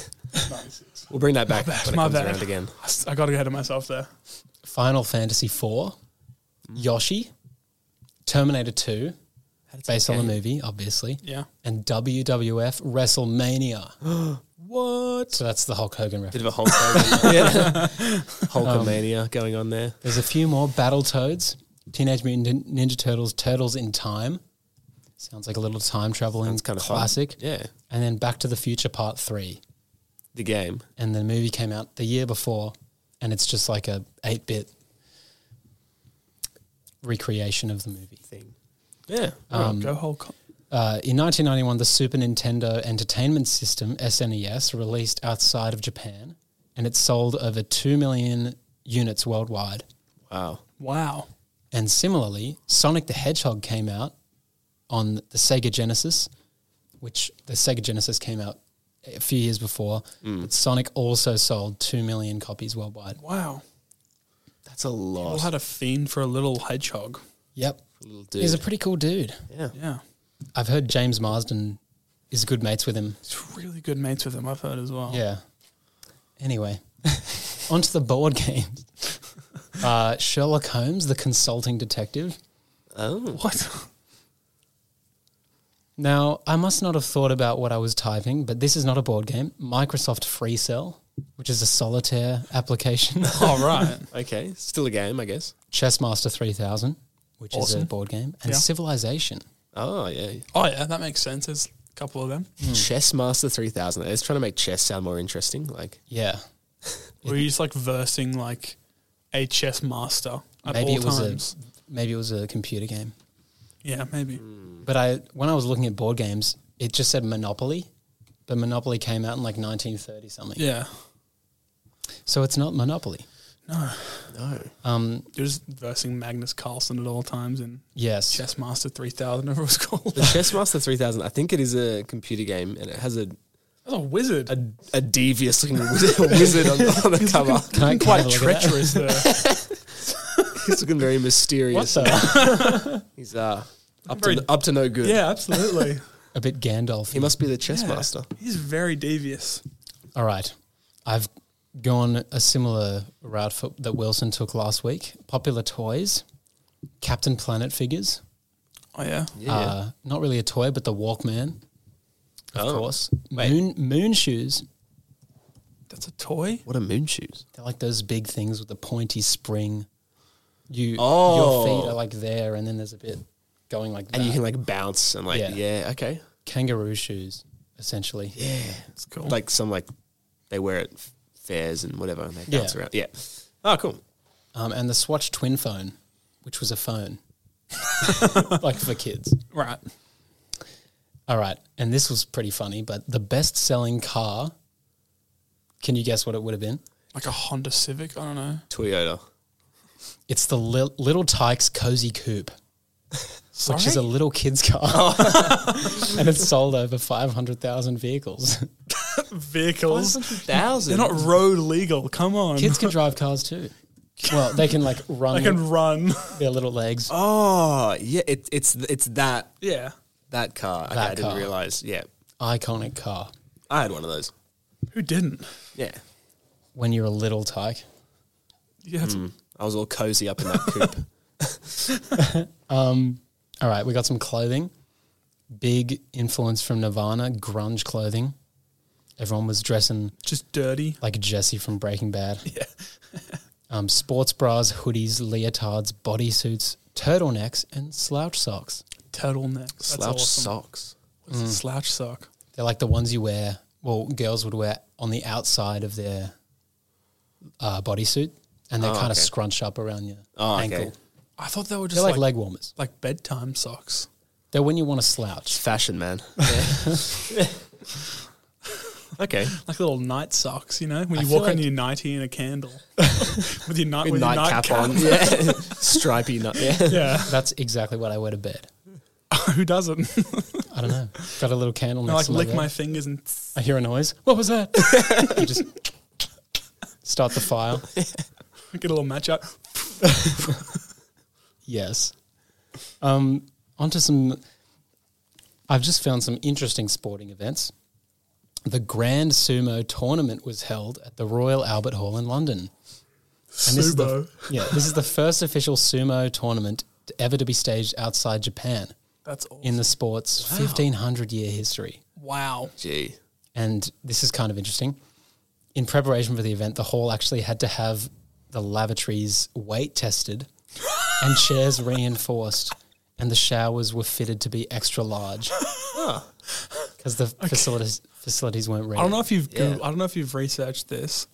[LAUGHS] we'll bring that back when it
my
comes
bad.
around again.
I s- I got to get ahead of myself there.
Final Fantasy 4, Yoshi, Terminator 2, based on the movie, obviously,
Yeah.
and WWF WrestleMania.
What?
so that's the Hulk Hogan reference.
Bit of a Hulk yeah. Hulkamania going on there.
There's a few more Battletoads, Teenage Mutant Nin- Ninja Turtles, Turtles in Time. Sounds like a little time traveling
Sounds kinda fun.
classic.
Yeah.
And then Back to the Future Part 3.
The game.
And the movie came out the year before, and it's just like a 8 bit recreation of the movie.
Thing. Yeah.
Um, go Hulk.
Uh, in 1991, the Super Nintendo Entertainment System (SNES) released outside of Japan, and it sold over two million units worldwide.
Wow.
Wow.
And similarly, Sonic the Hedgehog came out on the Sega Genesis, which the Sega Genesis came out a few years before. But Sonic also sold two million copies worldwide.
Wow.
That's a
All
lot.
had a fiend for a little hedgehog.
Yep,
Little dude.
he's a pretty cool dude.
yeah.
Yeah.
I've heard James Marsden is good mates with him.
It's really good mates with him, I've heard as well.
Yeah. Anyway, [LAUGHS] onto the board game. Uh, Sherlock Holmes, the consulting detective.
Oh.
What? [LAUGHS]
Now, I must not have thought about what I was typing, but this is not a board game. Microsoft FreeCell, which is a solitaire application. [LAUGHS]
All right.
Okay. Still a game, I guess.
Chessmaster 3000, which is a
Awesome.
board game.
Yeah.
And Civilization.
Oh, yeah.
Oh, yeah, that makes sense. There's a couple of them.
Chess Master 3000. It's trying to make chess sound more interesting. Like,
Yeah.
Were you just like versing like a chess master at
Maybe
all
it was a-
times?
Maybe it was a computer game.
yeah, maybe.
But I, when I was looking at board games, it just said Monopoly, but Monopoly came out in like 1930 something.
Yeah.
So it's not Monopoly.
no.
Um,
You're just versing Magnus Carlsen at all times in
yes.
Chess Master 3000, whatever it was called.
[LAUGHS]
The Chess Master 3000, I think it is a computer game and it has a,
That's a wizard.
a, a devious looking [LAUGHS] wizard wizard on, on the
[LAUGHS]
cover.
Can I,
Looking
can I have
quite
a look at that?
treacherous there.
He's looking very
What
mysterious.
the?
He's uh, up,
Very-
to, up to no good.
yeah, absolutely.
[LAUGHS] a bit Gandalf.
He must be the chess
Yeah.
master.
He's very devious.
All right. I've gone a similar route for, that Wilson took last week. Popular toys, Captain Planet figures.
Oh, yeah.
Yeah.
Uh, not really a toy, but the Walkman, of
Oh.
course. Moon, moon shoes.
That's a toy?
what are moon shoes?
They're like those big things with the pointy spring. You,
Oh.
Your feet are like there, and then there's a bit going like that.
And you can like bounce and like,
Yeah.
yeah, okay.
kangaroo shoes, essentially. Yeah.
It's cool.
Like some like, they wear it f- fairs and whatever and they bounce
Yeah.
around. Yeah. Oh, cool.
Um, and the Swatch Twin Phone, which was a
[LAUGHS]
phone, like for kids.
right.
All right. And this was pretty funny, but the best selling car, can you guess what it would have been?
Like a Honda Civic? I don't know.
Toyota.
It's the Lil Little Tykes Cozy Coupe,
Sorry? Oh.
which is a little kid's car. [LAUGHS] and it's sold over 500,000 vehicles. [LAUGHS]
vehicles.
[LAUGHS]
They're
1000
not road legal. Come on.
Kids can drive cars too. Well, they can like
[LAUGHS]
run
I can run.
with their little legs.
Oh, yeah. It, it's it's that
yeah.
that car. Okay,
That car.
I didn't realize. Yeah.
Iconic car
I had one of those.
Who didn't?
Yeah.
when you're a little tyke.
Yeah, that's
I was all cozy up in that coop.
All right, we got some clothing. Big influence from Nirvana, grunge clothing. Everyone was dressing
just dirty.
like Jesse from Breaking Bad. Yeah. um, sports bras, hoodies, leotards, bodysuits, turtlenecks, and slouch socks.
Turtleneck. That's
Slouch
awesome.
socks.
What's a slouch sock?
They're like the ones you wear, well, girls would wear on the outside of their uh, bodysuit, and they're
Oh,
kind of
okay.
scrunched up around your
Oh, okay.
ankle.
I thought they were just
They're like,
like,
leg warmers.
like bedtime socks.
They're when you want to slouch.
Fashion man. [LAUGHS] okay.
Like little night socks, you know? When
I
you
feel
walk on
like-
your nightie and a candle. [LAUGHS] with your night, with your
night cap, on. Yeah. Stripy nut. Yeah.
[LAUGHS] Yeah. [LAUGHS]
That's exactly what I wear to bed.
Who doesn't?
I don't know. Got a little candle
I
next
like
to my
lick
bed.
my fingers and [LAUGHS]
I hear a noise. What was that? [LAUGHS] I just start the fire.
get a little match out.
Yes. Um, onto some. I've just found some interesting sporting events. The Grand Sumo Tournament was held at the Royal Albert Hall in London. And this is the-
Subo.
yeah, this is the first official sumo tournament to ever to be staged outside Japan.
That's awesome.
in the sport's 1500 year history.
wow.
Gee.
And this is kind of interesting. In preparation for the event, the hall actually had to have the lavatories
[LAUGHS]
weight tested and chairs reinforced, and the showers were fitted to be extra large because the facilities facilities weren't ready.
I don't know if you've Goog- I don't know if you've researched this,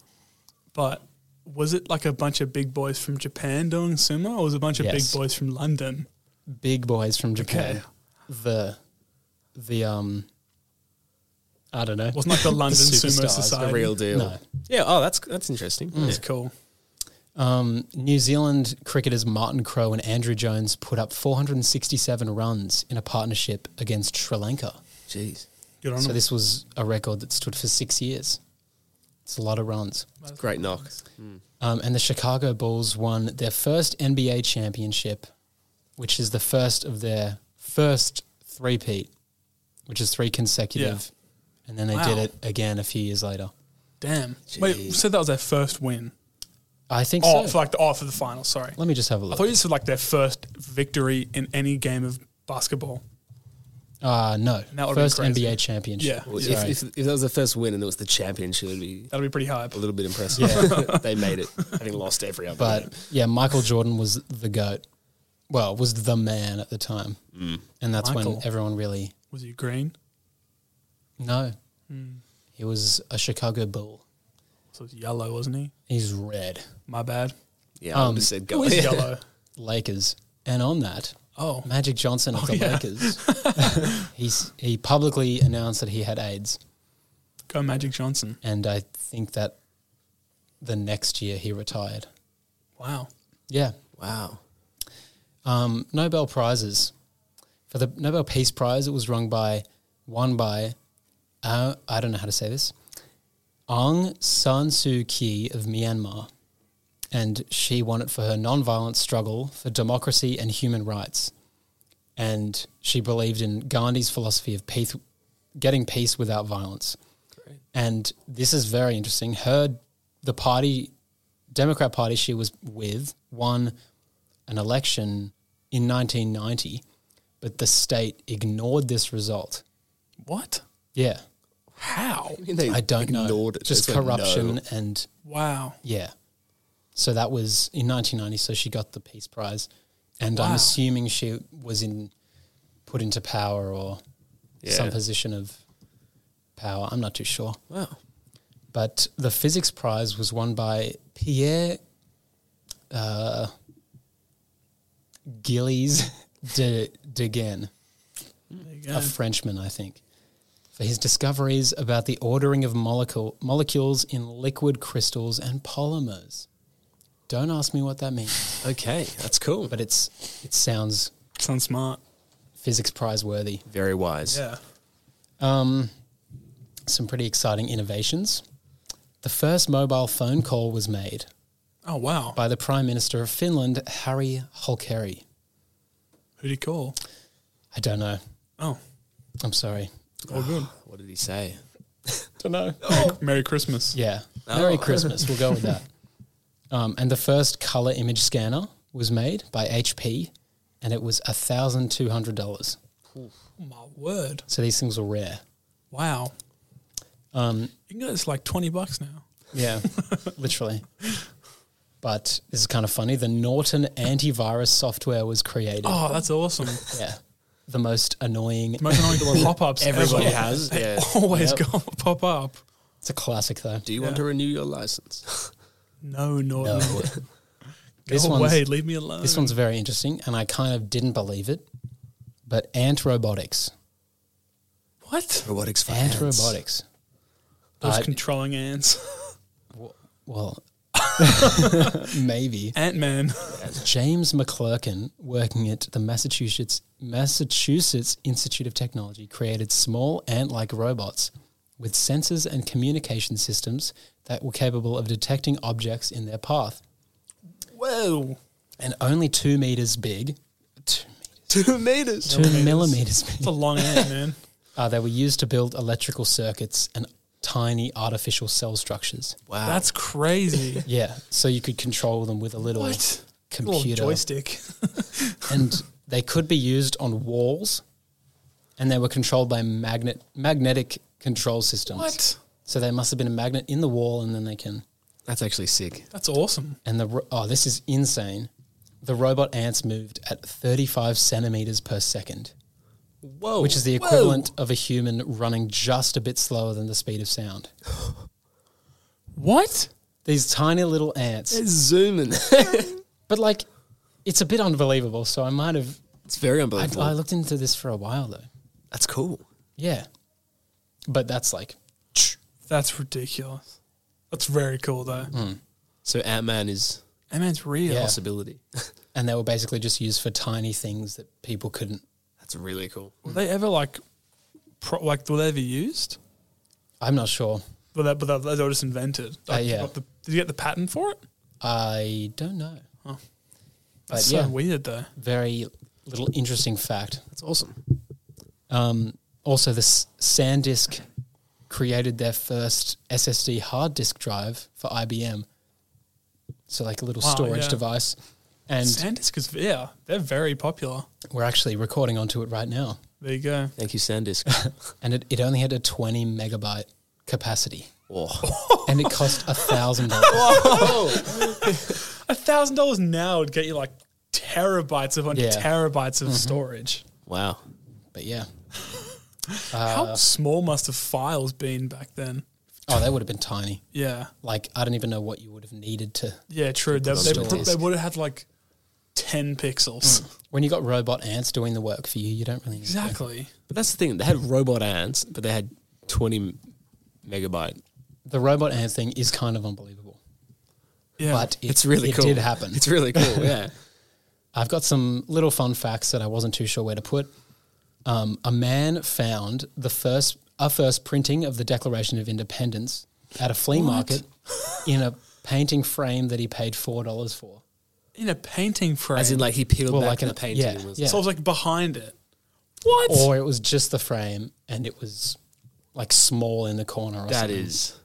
but was it like a bunch of big boys from Japan doing sumo, or was it a bunch of
Yes.
big boys from London?
Big boys from Japan.
Okay.
The the um, I don't know. [LAUGHS]
Wasn't like the London Sumo
superstars, the
Society.
The real deal.
No.
Yeah. Oh, that's that's interesting.
That's cool.
Um, New Zealand cricketers Martin Crowe and Andrew Jones put up 467 runs in a partnership against Sri Lanka.
Jeez.
Good on
So
them.
this was a record that stood for six years. It's a lot of runs.
Great knock.
Um, and the Chicago Bulls won their first NBA championship, which is the first of their first three-peat, which is three consecutive. And then they did
Wow.
it again a few years later.
Damn. Wait, you said that was their first win.
I think
Oh,
so.
for like the oh for the final. Sorry,
Let me just have a
I
look.
thought you said like their first victory in any game of basketball.
uh, no.
That would've been
First
crazy.
NBA championship.
Yeah.
Well,
Sorry.
if, if, if that was the first win and it was the championship, it'd be
That'll be pretty hype.
a little bit impressive. Yeah. [LAUGHS] they made it, having lost every other game.
But yeah, Michael Jordan was the goat. Well, was the man at the time, and that's
Michael.
when everyone really
Was he green?
no.
Hmm.
He was a Chicago Bull.
So it was yellow, wasn't he?
He's red.
My bad.
Yeah, I
Um,
would have said
It
[LAUGHS]
go.
was
Yeah.
yellow.
Lakers, and on that,
Oh,
Magic Johnson of the
yeah.
Lakers, [LAUGHS] he's he publicly announced that he had AIDS,
go Magic Johnson.
and I think that the next year he retired.
Wow.
Yeah,
Wow.
um, Nobel prizes. For the Nobel Peace Prize, it was won by won by uh, I don't know how to say this, Aung San Suu Kyi of Myanmar, and she won it for her nonviolent struggle for democracy and human rights, and she believed in Gandhi's philosophy of peace, getting peace without violence, and this is very interesting. Her the party Democrat Party she was with won an election in 1990, but the state ignored this result.
What?
Yeah,
How?
I, mean, they
I don't know.
ignored It.
Just
They said,
corruption
"No."
and
Wow.
yeah. So that was in 1990. So she got the Peace Prize, and
Wow.
I'm assuming she was in put into power or some
Yeah.
position of power. I'm not too sure.
Wow.
But the physics prize was won by Pierre uh, Gillies [LAUGHS] de Degen,
There you
a
go.
Frenchman, I think, for his discoveries about the ordering of molecule, molecules in liquid crystals and polymers. Don't ask me what that means,
[LAUGHS] Okay, that's cool.
but it's it sounds
Sounds smart.
physics prize worthy.
Very wise.
Yeah.
Um, some pretty exciting innovations. The first mobile phone call was made
Oh wow.
by the Prime Minister of Finland, Harry Holkeri.
Who'd he call?
I don't know.
Oh,
I'm sorry.
all good.
Ah, What did he say?
Don't know.
Merry Christmas.
Yeah. Merry Christmas. We'll go with that. Um, and the first color image scanner was made by HP, and it was thousand two hundred dollars.
Oh, my word.
So these things were rare.
Wow.
Um,
You can get this for like twenty bucks now.
[LAUGHS] yeah, literally. But this is kind of funny. The Norton antivirus software was created.
Oh, that's awesome.
Yeah, the most annoying.
Most [LAUGHS] annoying pop ups
Everybody
ever.
has.
They
Yeah.
[LAUGHS] Always
Yep.
go pop up.
It's a classic though.
Do you want to renew your license?
No, no, no.
No.
Go
This one's-
away. Leave me alone.
This one's very interesting, and I kind of didn't believe it. But ant robotics,
what?
Robotics for
ant
ants.
robotics.
Those
Uh,
controlling ants. [LAUGHS]
well, [LAUGHS] maybe
Ant [LAUGHS] Man.
James McClurkin, working at the Massachusetts Massachusetts Institute of Technology, created small ant-like robots with sensors and communication systems that were capable of detecting objects in their path,
Whoa.
and only two meters big, two,
Two meters.
two millimeters big.
It's a long ant, man.
Uh, they were used to build electrical circuits and tiny artificial cell structures.
Wow.
That's crazy.
Yeah, so you could control them with a little
What? Little
computer.
joystick.
and They could be used on walls, and they were controlled by magnet magnetic control systems.
What?
So there must have been a magnet in the wall, and then they can.
That's actually sick.
[LAUGHS] That's awesome.
And the ro- oh, this is insane. The robot ants moved at 35 centimeters per second,
Oh, Whoa.
which is the equivalent of a human running just a bit slower than the speed of sound.
What?
These tiny little ants,
zooming.
but like, it's a bit unbelievable. So I might have.
it's very
I,
unbelievable.
I looked into this for a while though.
That's cool.
Yeah, but that's like
That's ridiculous. That's very cool though.
So Ant Man is
That man's real.
Hmm. Yeah.
possibility. [LAUGHS]
and they were basically just used for tiny things that people couldn't.
That's really cool.
Were they ever like, pro- like were they ever used?
I'm not sure.
But that, but that, they were just invented.
Uh,
Like,
yeah. Uh,
what the- did you get the patent for it?
I don't know.
Huh.
But
That's
yeah,
so weird though.
very little interesting fact.
That's awesome.
Um, also, the S- SanDisk created their first SSD hard disk drive for IBM. So, like a little
Wow,
storage
yeah.
device. And
SanDisk is yeah, they're very popular.
we're actually recording onto it right now.
There you go.
Thank you, Sandisk.
And it, it only had a 20 megabyte
[LAUGHS]
capacity.
oh.
And it cost a thousand dollars.
A thousand dollars now would get you like terabytes upon
Yeah. Mm-hmm.
terabytes of storage.
Wow.
But yeah. Uh,
How small must have files been back then?
Oh, they would have been tiny.
Yeah,
Like, I don't even know what you would have needed to.
yeah, true. They, they,
on
pro-
disk.
they would have had like ten pixels.
When you got robot ants doing the work for you, you don't really need to.
Exactly.
But that's the thing. They had robot ants, but they had 20 megabyte.
The robot ant thing is kind of unbelievable.
Yeah,
But it,
It's really
it
cool.
did happen.
It's really [LAUGHS] cool. Yeah.
I've got some little fun facts that I wasn't too sure where to put. Um, a man found the first a first printing of the Declaration of Independence at a flea
[LAUGHS]
market in a painting frame that he paid four dollars for.
in a painting frame.
As in, like, he peeled
Well,
back
like
the
an-
painting.
yeah,
and was
yeah.
so I was like behind it. What?
Or it was just the frame and it was like small in the corner or
That
something.
is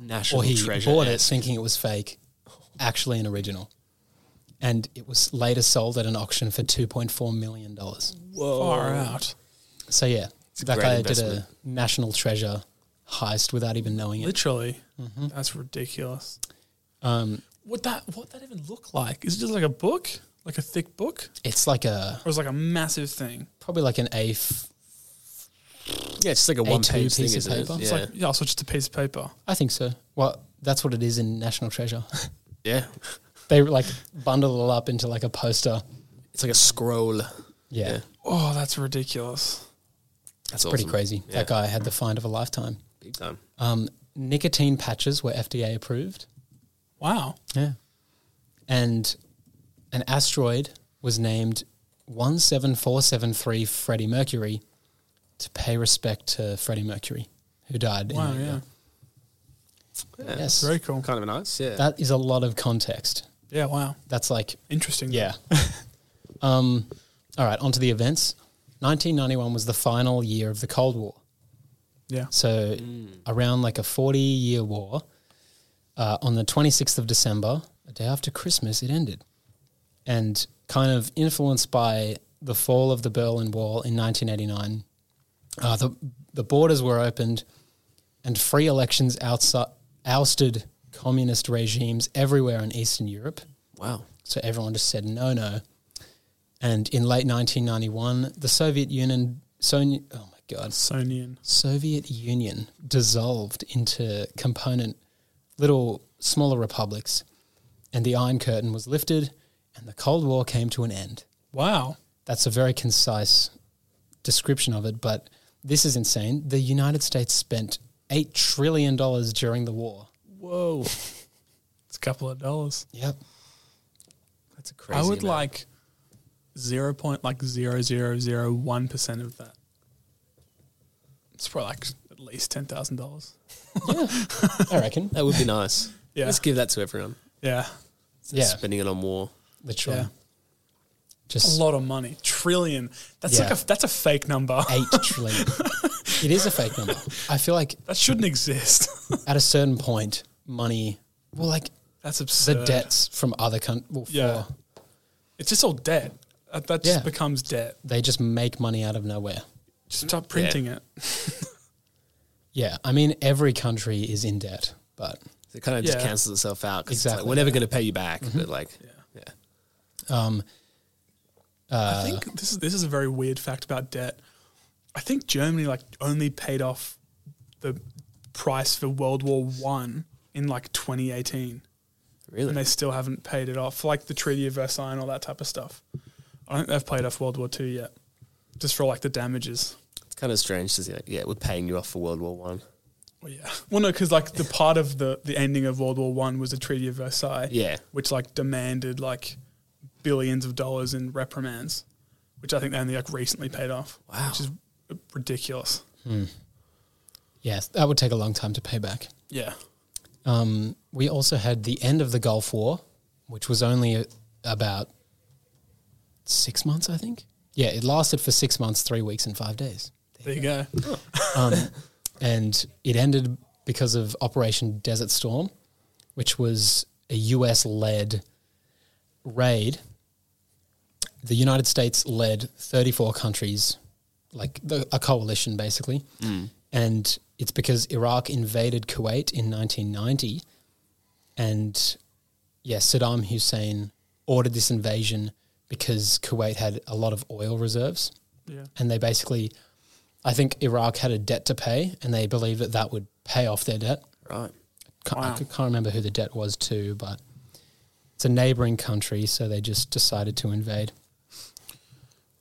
national
or he
treasure.
bought it thinking it was fake, actually an original. And it was later sold at an auction for two point four million dollars.
Oh.
Far out.
So yeah,
a
that
great
guy did
investment.
a national treasure heist without even knowing it.
Literally.
Mm-hmm.
That's ridiculous.
Um,
What that what that even look like? Is it just like a book? Like a thick book?
it's like a
Or is it like a massive thing?
probably like an A. F-
Yeah, it's just like a one page
piece
thing,
of
isn't it?
paper.
Yeah.
It's like yeah, so just a piece of paper.
I think so. Well, that's what it is in National Treasure. [LAUGHS]
yeah.
they like bundle it all up into like a poster.
It's like a scroll.
Yeah,
Yeah.
Oh, that's ridiculous.
That's
pretty
awesome.
crazy.
Yeah.
That guy had the find of a lifetime.
Big time.
Um, nicotine patches were FDA approved.
Wow.
Yeah, and an asteroid was named one seven four seven three Freddie Mercury to pay respect to Freddie Mercury, who died.
Wow,
in that
yeah.
year. Yes.
Very cool.
Kind of nice. Yeah.
That is a lot of context.
Yeah, wow.
That's like,
Interesting. [LAUGHS]
yeah. um, all right, on to the events. 1991 was the final year of the Cold War.
Yeah.
So, around like a 40 year war, uh, on the 26th of December, a day after Christmas, it ended. And kind of influenced by the fall of the Berlin Wall in 1989, uh, the, the borders were opened and free elections outside, ousted communist regimes everywhere in Eastern Europe.
Wow.
So everyone just said no, no. And in late 1991, the Soviet Union, Sony, oh my God,
Sonian.
Soviet Union dissolved into component little smaller republics, and the Iron Curtain was lifted, and the Cold War came to an end.
Wow.
That's a very concise description of it, but this is insane. The United States spent $8 trillion during the war.
Whoa. [LAUGHS] it's a couple of dollars.
Yep.
That's a crazy.
I would
amount.
like zero point like zero zero zero one percent of that. It's probably like at least ten thousand dollars.
I
[LAUGHS]
reckon.
That would be nice.
Yeah.
Let's give that to everyone.
Yeah.
yeah,
Spending it on war.
literally.
Yeah. A
Just
lot of money. Trillion. That's
Yeah.
like a that's a fake number.
8 trillion. it is a fake number. I feel like
[LAUGHS] That shouldn't exist. [LAUGHS]
at a certain point, money, well, like
That's
the
absurd.
debts from other countries, well,
Yeah.
for
It's just all debt. That, that just
Yeah.
becomes debt.
They just make money out of nowhere.
Just stop printing it.
Yeah, I mean every country is in debt, but
So it kind of just
Yeah. Mm-hmm.
cancels itself out. 'cause it's like,
Exactly,
we're never going to pay you back. But like, yeah.
um, Uh,
I think this is this is a very weird fact about debt. I think Germany like only paid off the price for World War One in like 2018,
Really?
and they still haven't paid it off, like the Treaty of Versailles and all that type of stuff. I don't think they've paid off World War Two yet, just for like the damages.
It's kind of strange to see, like, yeah, we're paying you off for World War One.
Well, yeah. Well, no, because like the part of the the ending of World War One was the Treaty of Versailles,
Yeah.
which like demanded like billions of dollars in reprimands, which I think they only like recently paid off. Wow, which is ridiculous.
yes, that would take a long time to pay back.
Yeah.
Um, we also had the end of the Gulf War, which was only a- about six months, I think. Yeah, it lasted for six months, three weeks, and five days.
There you go.
Um, and it ended because of Operation Desert Storm, which was a US led raid. The United States led 34 countries, like the, a coalition basically. And it's because Iraq invaded Kuwait in 1990. And yeah, Saddam Hussein ordered this invasion because Kuwait had a lot of oil reserves
Yeah.
and they basically, I think Iraq had a debt to pay, and they believed that that would pay off their debt.
Right.
Ca-
Wow.
I c- can't remember who the debt was to, but it's a neighboring country, so they just decided to invade.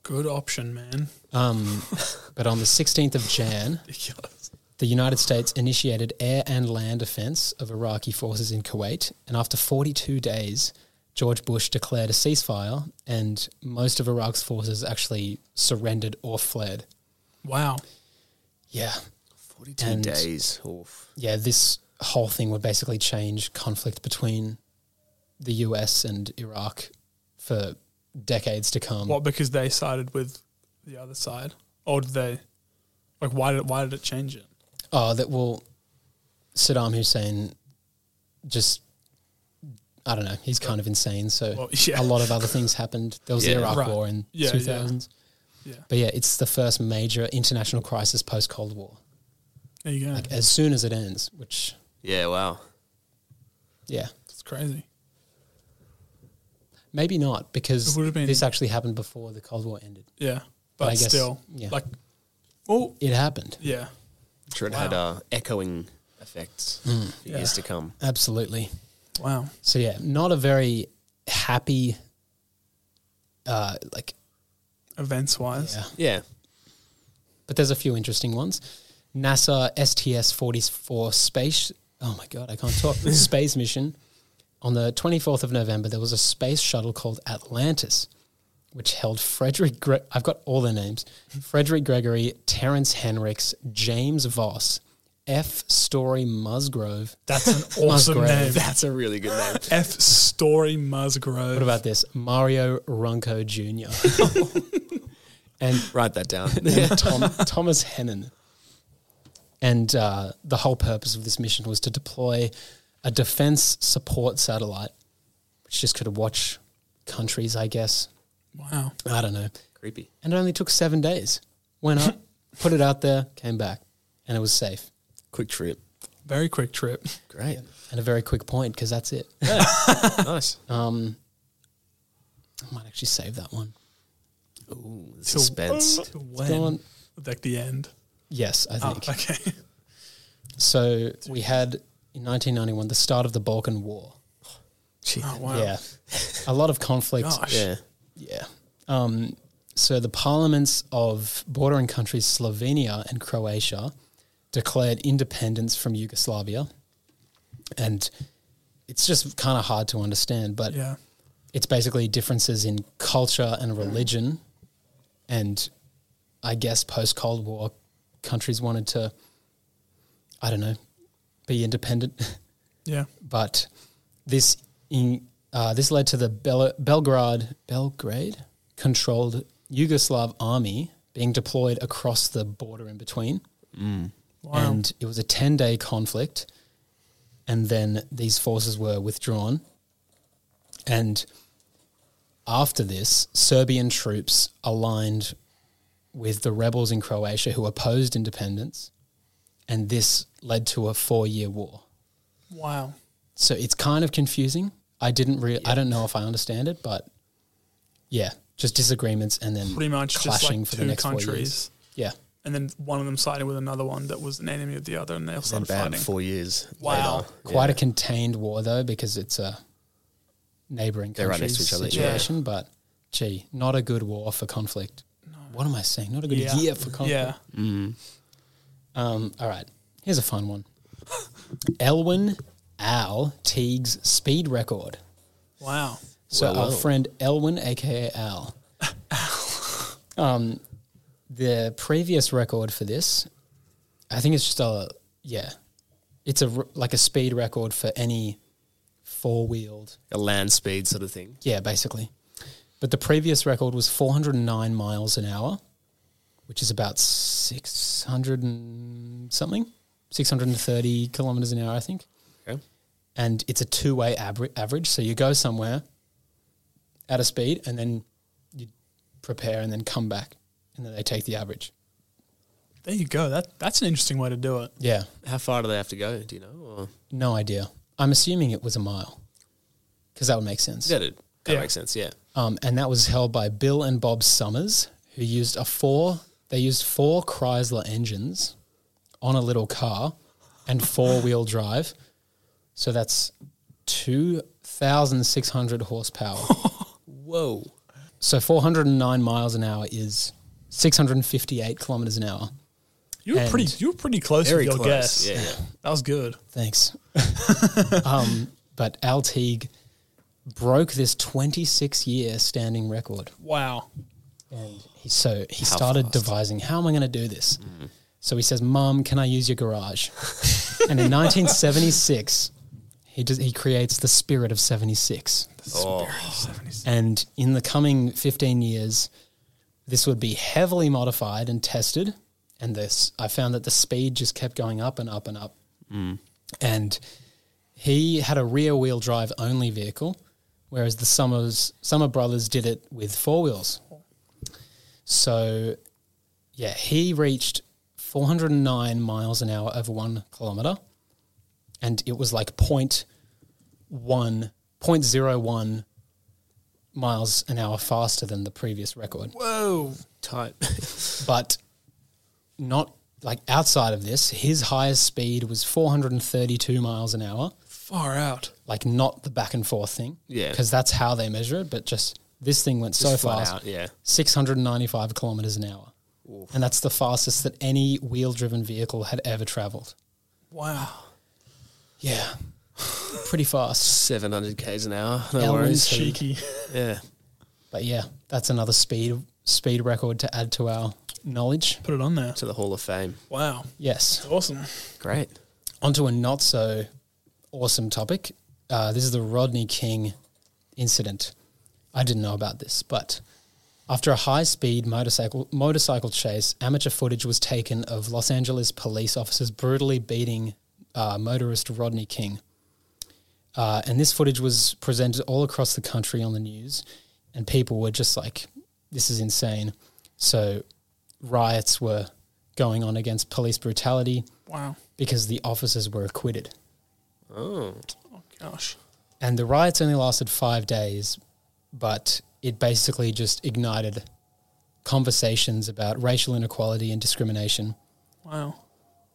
Good option, man. [LAUGHS]
Um, but on the 16th of Jan,
Ridiculous.
the United States initiated air and land offense of Iraqi forces in Kuwait, and after 42 days, George Bush declared a ceasefire, and most of Iraq's forces actually surrendered or fled.
Wow.
Yeah,
42
And-
days. Oof.
yeah, this whole thing would basically change conflict between the US and Iraq for decades to come.
What? Because they sided with the other side, or did they? Like, why did why did it change it?
Oh, that will Saddam Hussein just I don't know, he's kind of insane, so
Well, [LAUGHS] yeah.
a lot of other things happened. There was
Yeah.
the Iraq
Right.
War in
Yeah, yeah.
2000s.
Yeah.
But yeah, it's the first major international crisis post Cold War.
There you go.
Like as soon as it ends, which
Yeah, wow.
yeah,
It's crazy.
maybe not because
It would've been-
this actually happened before the Cold War ended.
Yeah.
But
But,
I guess-
still,
yeah.
like, oh,
It happened.
yeah.
I'm sure it had uh, echoing effects for
Mm. Yeah.
years to come.
Absolutely.
Wow.
So yeah, not a very happy, uh, like
Events wise.
yeah.
Yeah.
But there's a few interesting ones. NASA STS 44 space. Oh my god, I can't talk. space mission. On the 24th of November, there was a space shuttle called Atlantis, which held Frederick. Gre- I've got all their names: Frederick Gregory, Terence Henricks, James Voss, F. Story Musgrove.
That's
[LAUGHS]
an awesome
Musgrave.
name.
That's a really good name.
[LAUGHS] F Story Musgrove.
What about this? Mario Runco Jr. and
Write
[LAUGHS]
that down.
and Tom, Thomas Hennon. And uh, the whole purpose of this mission was to deploy a defense support satellite, which just could watch countries, I guess.
wow.
I don't know.
Creepy.
And it only took seven days. Went
[LAUGHS]
up, put it out there, came back, and it was safe.
Quick trip.
Very quick
[LAUGHS]
trip.
Great.
And a very quick point, because that's it.
nice.
Uh,
Um, I might actually save that one.
Ooh, the suspense.
To when?
Gone.
Like the end.
Yes, I
Oh,
think.
okay.
So we had in 1991 the start of the Balkan War.
Oh, wow.
Yeah. A lot of conflict.
Gosh.
Yeah.
Yeah. Um, so the parliaments of bordering countries Slovenia and Croatia declared independence from Yugoslavia. And it's just kind of hard to understand, but
Yeah.
it's basically differences in culture and religion. And I guess post Cold War countries wanted to, I don't know, be independent. [LAUGHS]
Yeah.
but this in, uh, this led to the Bel- Belgrade Belgrade controlled Yugoslav army being deployed across the border in between,
Wow.
and it was a ten day conflict, and then these forces were withdrawn, and After this, Serbian troops aligned with the rebels in Croatia who opposed independence, and this led to a four year war.
Wow.
So it's kind of confusing. I didn't really, I don't know if I understand it, but yeah, just disagreements and then
Pretty much
clashing
just
for
like
the
two
next four
countries.
yeah.
And then one of them sided with another one that was an enemy of the other, and they all
Then
started
bam,
fighting.
four years.
Wow.
later.
Quite a contained war though, because it's a neighboring
They're right
countries
next to each other, yeah.
situation. But gee, not a good war for conflict. What am I saying? Not a good
Yeah.
year for conflict.
Yeah.
Um, all right. Here's a fun one. [LAUGHS] Elwin Al Teague's speed record.
Wow.
So
Well,
our
well.
friend Elwin, aka
[LAUGHS]
Al. um, the previous record for this, I think it's just a yeah, it's a r- like a speed record for any four wheeled.
A land speed sort of thing.
Yeah, basically. But the previous record was 409 miles an hour, which is about 600 and something, 630 kilometers an hour, I think.
Okay.
And it's a two way aver- average. So you go somewhere at a speed and then you prepare and then come back. And then they take the average.
There you go. That that's an interesting way to do it.
Yeah.
How far do they have to go? Do you know? Or
No idea. I'm assuming it was a mile because that would make sense.
yeah, that
Yeah.
makes sense. Yeah.
um, and that was held by Bill and Bob Summers, who used a four. They used four Chrysler engines on a little car and four wheel drive. So that's two thousand six hundred horsepower. [LAUGHS]
Whoa.
so four hundred and nine miles an hour is six hundred and fifty eight kilometers an hour.
You were
And-
pretty. You were pretty close with
Very
your
close.
guess.
Yeah, yeah.
That was good.
Thanks. [LAUGHS] um, but Al Teague broke this twenty six year standing record.
Wow.
And he, so he started devising, how am I going to do this? So he says, Mom, can I use your garage? and in 1976, he, does, he creates the spirit of 76. And in the coming 15 years, this would be heavily modified and tested. And this, I found that the speed just kept going up and up and up. And he had a rear wheel drive only vehicle, whereas the Summers, Summer Brothers did it with four wheels. So, yeah, he reached 409 miles an hour over one kilometer, and it was like point one, point zero one miles an hour faster than the previous record.
Whoa.
Tight.
But not like outside of this, his highest speed was 432 miles an hour,
[LAUGHS] Far out.
like not the back and forth thing.
Yeah.
Because that's how they measure it, but just this thing went so
Just flat
fast.
out, yeah.
695 kilometers an hour. And that's the fastest that any wheel driven vehicle had ever traveled.
Wow.
Yeah. [SIGHS] Pretty fast.
700 k's an hour. No
Elwin
worries.
Teague.
Cheeky. [LAUGHS]
Yeah.
But yeah, that's another speed speed record to add to our knowledge.
Put it on there.
To the Hall of Fame.
Wow.
Yes.
Awesome.
Great.
Onto a not so awesome topic. Uh, this is the Rodney King incident. I didn't know about this, but after a high speed motorcycle, motorcycle chase, amateur footage was taken of Los Angeles police officers brutally beating uh, motorist Rodney King. Uh, and this footage was presented all across the country on the news, and people were just like, this is insane. So riots were going on against police brutality
Wow.
because the officers were acquitted.
Oh.
Oh gosh.
And the riots only lasted five days, but it basically just ignited conversations about racial inequality and discrimination
Wow.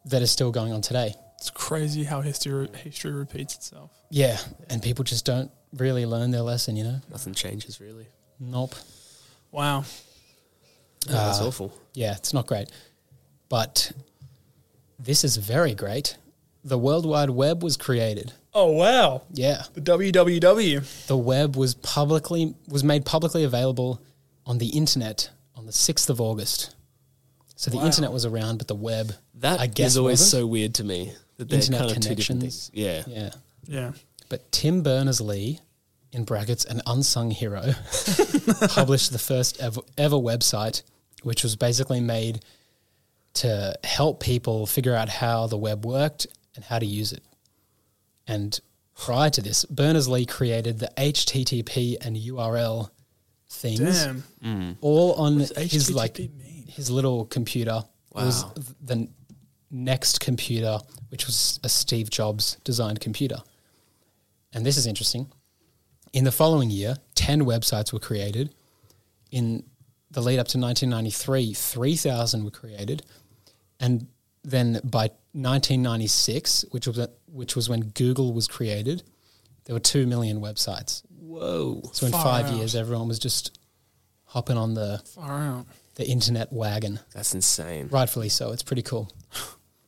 that are still going on today.
It's crazy how history history repeats itself.
Yeah. And people just don't really learn their lesson, you know?
Nothing changes really.
Nope.
Wow.
Yeah, that's awful.
Yeah, it's not great. But this is very great. The World Wide Web was created.
Oh wow.
Yeah.
The WWW.
the web was publicly was made publicly available on the internet on the 6th of August. So the
Wow.
internet was around, but the web
That
I guess
is always
wasn't.
so weird to me. That they're
Internet
kind of two different
connections.
things. Yeah.
yeah.
Yeah.
But Tim Berners Lee, in brackets an unsung hero, [LAUGHS] published the first ever, ever website, which was basically made to help people figure out how the web worked and how to use it. And prior to this, Berners Lee created the HTTP and URL things,
Damn.
all on
What does
his like
HTTP mean?
his little computer. It was
Wow.
th- the n- next computer, which was a Steve Jobs designed computer. And this is interesting. In the following year, 10 websites were created. In the lead up to 1993, 3,000 were created. And then by 1996, which was, which was when Google was created, there were 2 million websites.
Whoa.
So in
Far
five
out.
years, everyone was just hopping on the,
Far out.
the internet wagon.
That's insane.
Rightfully so. It's pretty cool.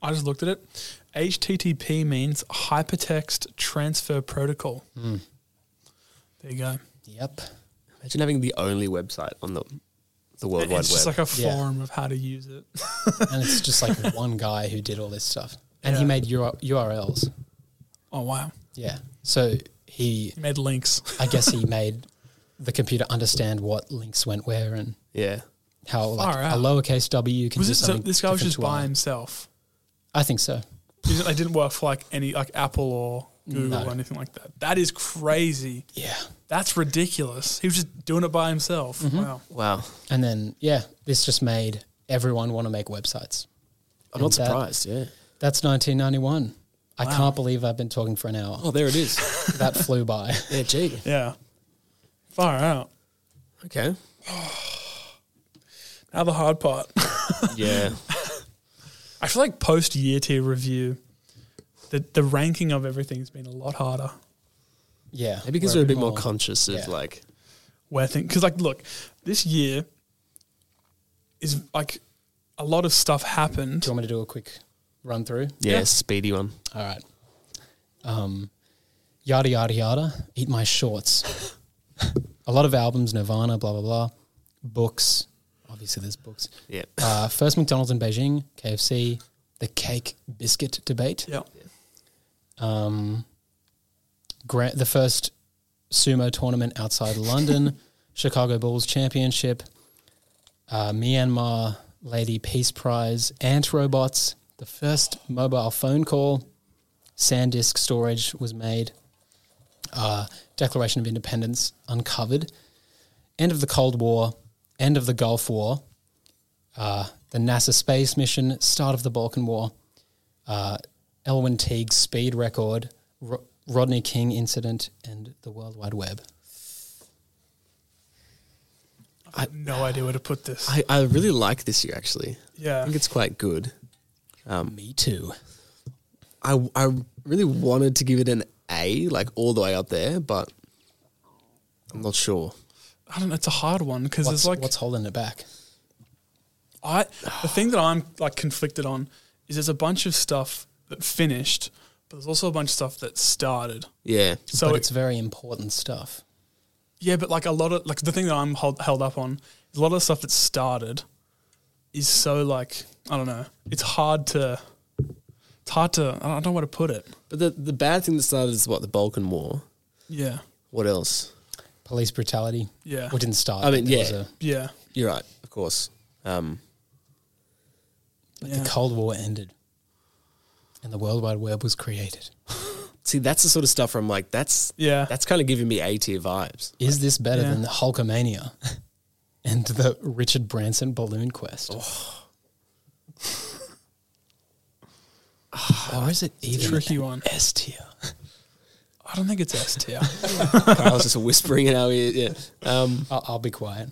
I just looked at it. HTTP means hypertext transfer protocol.
Hmm.
There you go.
Yep.
Imagine having the only website on the the World
it's
Wide
just
Web.
like a
Yeah.
forum of how to use it.
[LAUGHS] And it's just like one guy who did all this stuff. And he
Yeah.
made UR- URLs.
Oh wow,
Yeah. So he,
he made links.
I guess he made the computer understand what links went where and
yeah.
how like
Far
a
out.
lowercase w can
Was
do
it so
something.
this guy was
different
just
to R.
by himself?
I think so.
He didn't- They didn't work for like any like Apple or Google
No.
or anything like that. That is crazy.
Yeah.
That's ridiculous. He was just doing it by himself. Wow.
Wow.
And then yeah, this just made everyone want to make websites.
I'm
And
not
that-
surprised. Yeah.
That's 1991. I
Wow.
can't believe I've been talking for an hour.
Oh, there it is.
That flew by. [LAUGHS]
yeah. Gee.
Yeah. Far out.
Okay.
Now the hard part.
Yeah.
I feel like post year tier review, the the ranking of everything's been a lot harder.
Yeah.
Maybe because we're a bit more conscious of
yeah.
like.
Where things because like look, this year is like a lot of stuff happened.
Do you want me to do a quick run through?
Yeah,
Yeah.
speedy one.
All right. Um, yada yada yada. Eat my shorts. [LAUGHS] a lot of albums, Nirvana, blah blah blah. Books. Obviously, there's books.
Yeah.
Uh, first McDonald's in Beijing, KFC, the cake biscuit debate.
Yeah.
Um, gra- the first sumo tournament outside London, Chicago Bulls Championship, uh, Myanmar Lady Peace Prize, Ant Robots, the first mobile phone call, SanDisk storage was made, uh, Declaration of Independence uncovered, end of the Cold War, end of the Gulf War, uh, the NASA space mission, start of the Balkan War, uh, Elwin Teague's speed record, Ro- Rodney King incident, and the World Wide Web.
I have no idea where to put this.
I, I really like this year actually. I
yeah.
think it's quite good. Um,
Me too.
I I really wanted to give it an A, like all the way up there, but I'm not sure.
I don't know. It's a hard one because
What's,
it's like
what's holding it back?
I the thing that I'm like conflicted on is there's a bunch of stuff that finished, but there's also a bunch of stuff that started.
Yeah.
So
but
it-
it's very important stuff.
yeah, but like a lot of like the thing that I'm hold, held up on is a lot of the stuff that started is so like I don't know. It's hard to it's hard to I don't, I don't know where to put it.
But the the bad thing that started is what the Balkan War.
Yeah,
What else?
Police brutality.
Yeah.
Well, it didn't start.
I
but
mean,
there
yeah.
was a-
yeah.
You're right, of course. Um,
but
Yeah.
The Cold War ended and the World Wide Web was created.
see, that's the sort of stuff where I'm like, that's
Yeah.
that's kind of giving me A tier vibes. [LAUGHS]
Is this better
Yeah.
than the Hulkamania [LAUGHS] and the Richard Branson balloon quest? or is it even
tricky
an
one.
S tier?
I don't think it's S
[LAUGHS]
tier.
I was just whispering in our ear. Yeah. Um,
I'll, I'll be quiet.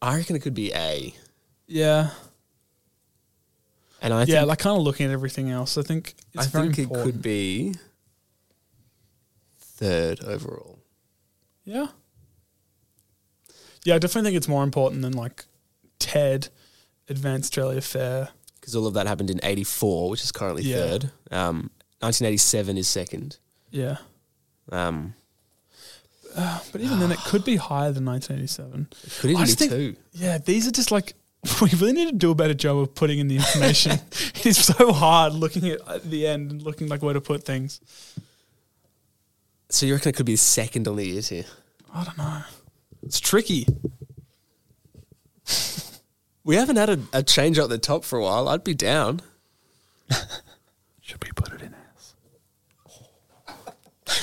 I reckon it could be A,
yeah.
and I
yeah,
think
like kind of looking at everything else, I think it's
I
very
think
important.
it could be third overall.
Yeah. Yeah, I definitely think it's more important than like TED, Advanced Australia Fair.
because all of that happened in 84, which is currently
Yeah.
third. Um, 1987 is second.
Yeah.
Um,
But even then, it could be higher than 1987.
could even
I
be
just think-
two.
Yeah, these are just like, [LAUGHS] we really need to do a better job of putting in the
[LAUGHS]
information. it is so hard looking at the end and looking like where to put things.
So you reckon it could be second on the years here?
I don't know. It's tricky.
We haven't had a, a change up the top for a while. I'd be down.
Should we put it in S?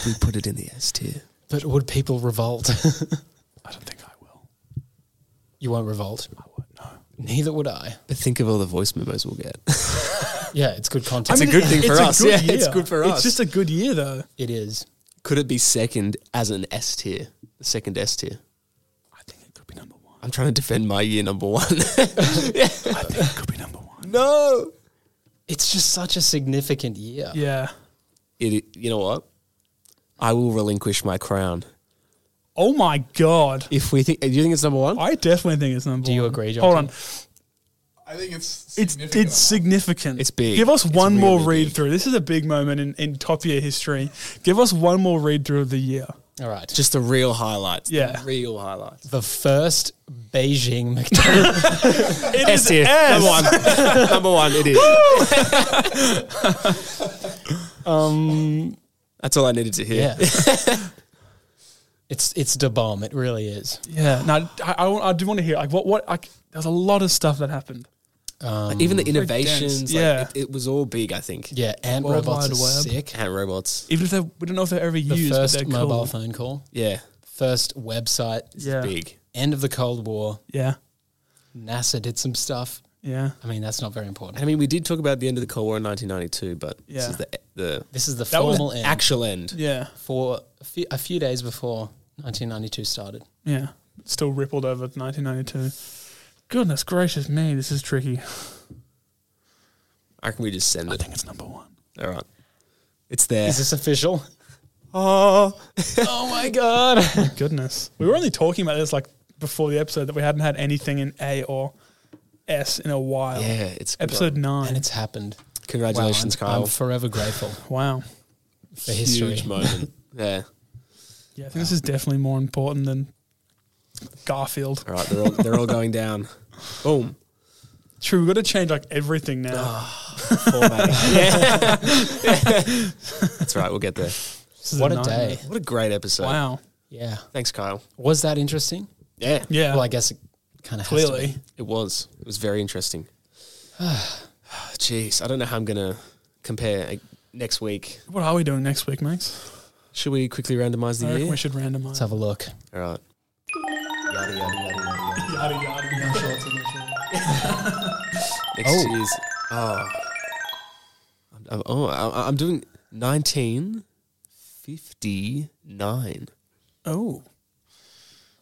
We put it in the S tier.
But would people revolt? [LAUGHS]
I don't think I will.
you won't revolt.
I would no.
Neither would I.
But think of all the voice memos we'll get. [LAUGHS]
Yeah, it's good content.
It's a good thing for us. Yeah, it's good for us.
It's just a good year though.
It is.
Could it be second as an S tier? The second S tier.
I think it could be number one.
I'm trying to defend my year number one. [LAUGHS]
I think it could be number one.
no.
It's just such a significant year.
Yeah.
It, you know what? I will relinquish my crown.
Oh my god.
If we think, do you think it's number one?
I definitely think it's number
Do you
one.
agree,
Hold on.
Jonathan?
I think it's
It's
significant
it's significant.
It's big.
Give us
It's
one more
really
read
big.
through. This is a big moment in, in top year history. Give us one more read through of the year.
All right.
Just the real highlights. the
Yeah.
real highlights.
the first Beijing McDonald's.
[LAUGHS] It is
tier.
S. [LAUGHS]
Number one. number one. It is. [LAUGHS]
um,
That's all I needed to hear.
yeah. [LAUGHS] it's it's the bomb. It really is.
Yeah. No, I, I, want- I do want to hear like what what like there's a lot of stuff that happened.
Um,
Even the innovations.
dense.
Like,
Yeah.
It, it was all big. I think.
yeah, ant
World
robots
Wide
are
Web.
sick.
And robots.
Even if they we don't know if they're ever
The
used,
first
but they're
mobile
cool.
phone call,
Yeah.
first website,
It's
Yeah.
Big.
end of the Cold War.
Yeah.
NASA did some stuff.
Yeah.
I mean, that's not very important.
I mean, we did talk about the end of the Cold War in 1992, but this
Yeah.
is the the
This is the
That was
formal end
actual end.
Yeah.
for a few, a few days before 1992 started.
Yeah. Still rippled over 1992. Goodness gracious me, this is tricky.
I reckon we just send
I
it.
think it's number one.
All right. It's there.
Is this official?
oh,
oh my god!
My goodness. We were only talking about this like before the episode that we hadn't had anything in A or S in a while.
yeah, it's
Episode
and
nine.
it's happened.
Congratulations,
wow, I'm-
Kyle.
I'm forever grateful
Wow.
for history.
Huge moment. [LAUGHS] yeah.
Yeah, I think this is definitely more important than Garfield.
All right, they're all they're all going down. Boom.
True, we've got to change like everything now.
Ah,
[LAUGHS] That's right. We'll get there.
[LAUGHS] This is
What a
nightmare.
day.
What a great episode.
Wow.
Yeah.
Thanks, Kyle.
Was that interesting?
Yeah.
Yeah.
Well, I guess it kind of
clearly.
It was. It was very [SIGHS] interesting. Jeez, I don't know how I'm gonna compare like, next week.
What are we doing next week, Max?
Should we quickly randomize
I
the
reckon
year?
we should randomize.
Let's have a look.
All right. Yada, yada, yada, yada.
Yada, yada, yada.
Next
Oh.
year's. Oh. I'm, I'm- oh, I- I'm doing 1959.
Oh.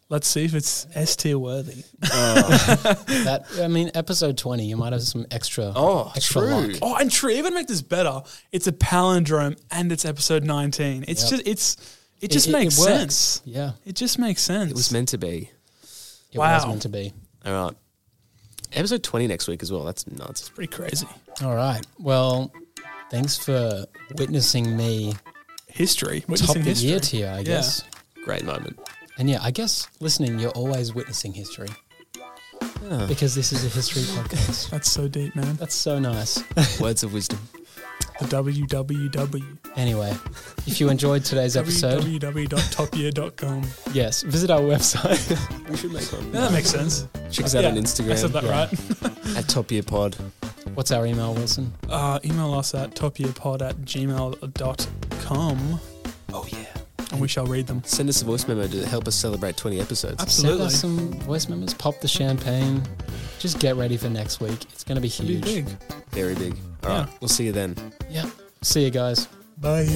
Let's see if it's S tier worthy.
That I mean, episode twenty. You might have some extra.
Oh,
extra
true.
luck.
Oh, and true, even to make this better, it's a palindrome and it's episode 19. It's
Yep.
just, it's, it just
it- it
makes
works.
sense.
Yeah,
It just makes sense.
It was meant to be.
it was
Wow.
meant to be.
All right. Episode 20 next week as well. That's nuts.
pretty crazy.
All right. Well, thanks for witnessing me
History.
top
Witnessing
the
history.
year tier. I guess.
Great moment.
And yeah, I guess listening, you're always witnessing history
Yeah.
because this is a history podcast.
That's so deep, man.
That's so nice.
Words of wisdom.
The www.
Anyway, if you enjoyed
[LAUGHS]
today's episode,
www.topyear.com.
yes, visit our website. [LAUGHS]
We should make one.
[LAUGHS] Yeah, that makes sense.
Check us out
Yeah.
on
I said
Instagram
that
Yeah.
right.
at Top Year Pod.
What's our email, Wilson?
Uh, email us at topyearpod at gmail.com
Oh, yeah.
and we shall read them.
Send us a voice memo to help us celebrate 20 episodes.
Send us some voice members. Pop the champagne. Just get ready for next week. It's going to be
Be
huge.
big.
Very big. All right. We'll see you then.
Yeah. See you guys.
Bye.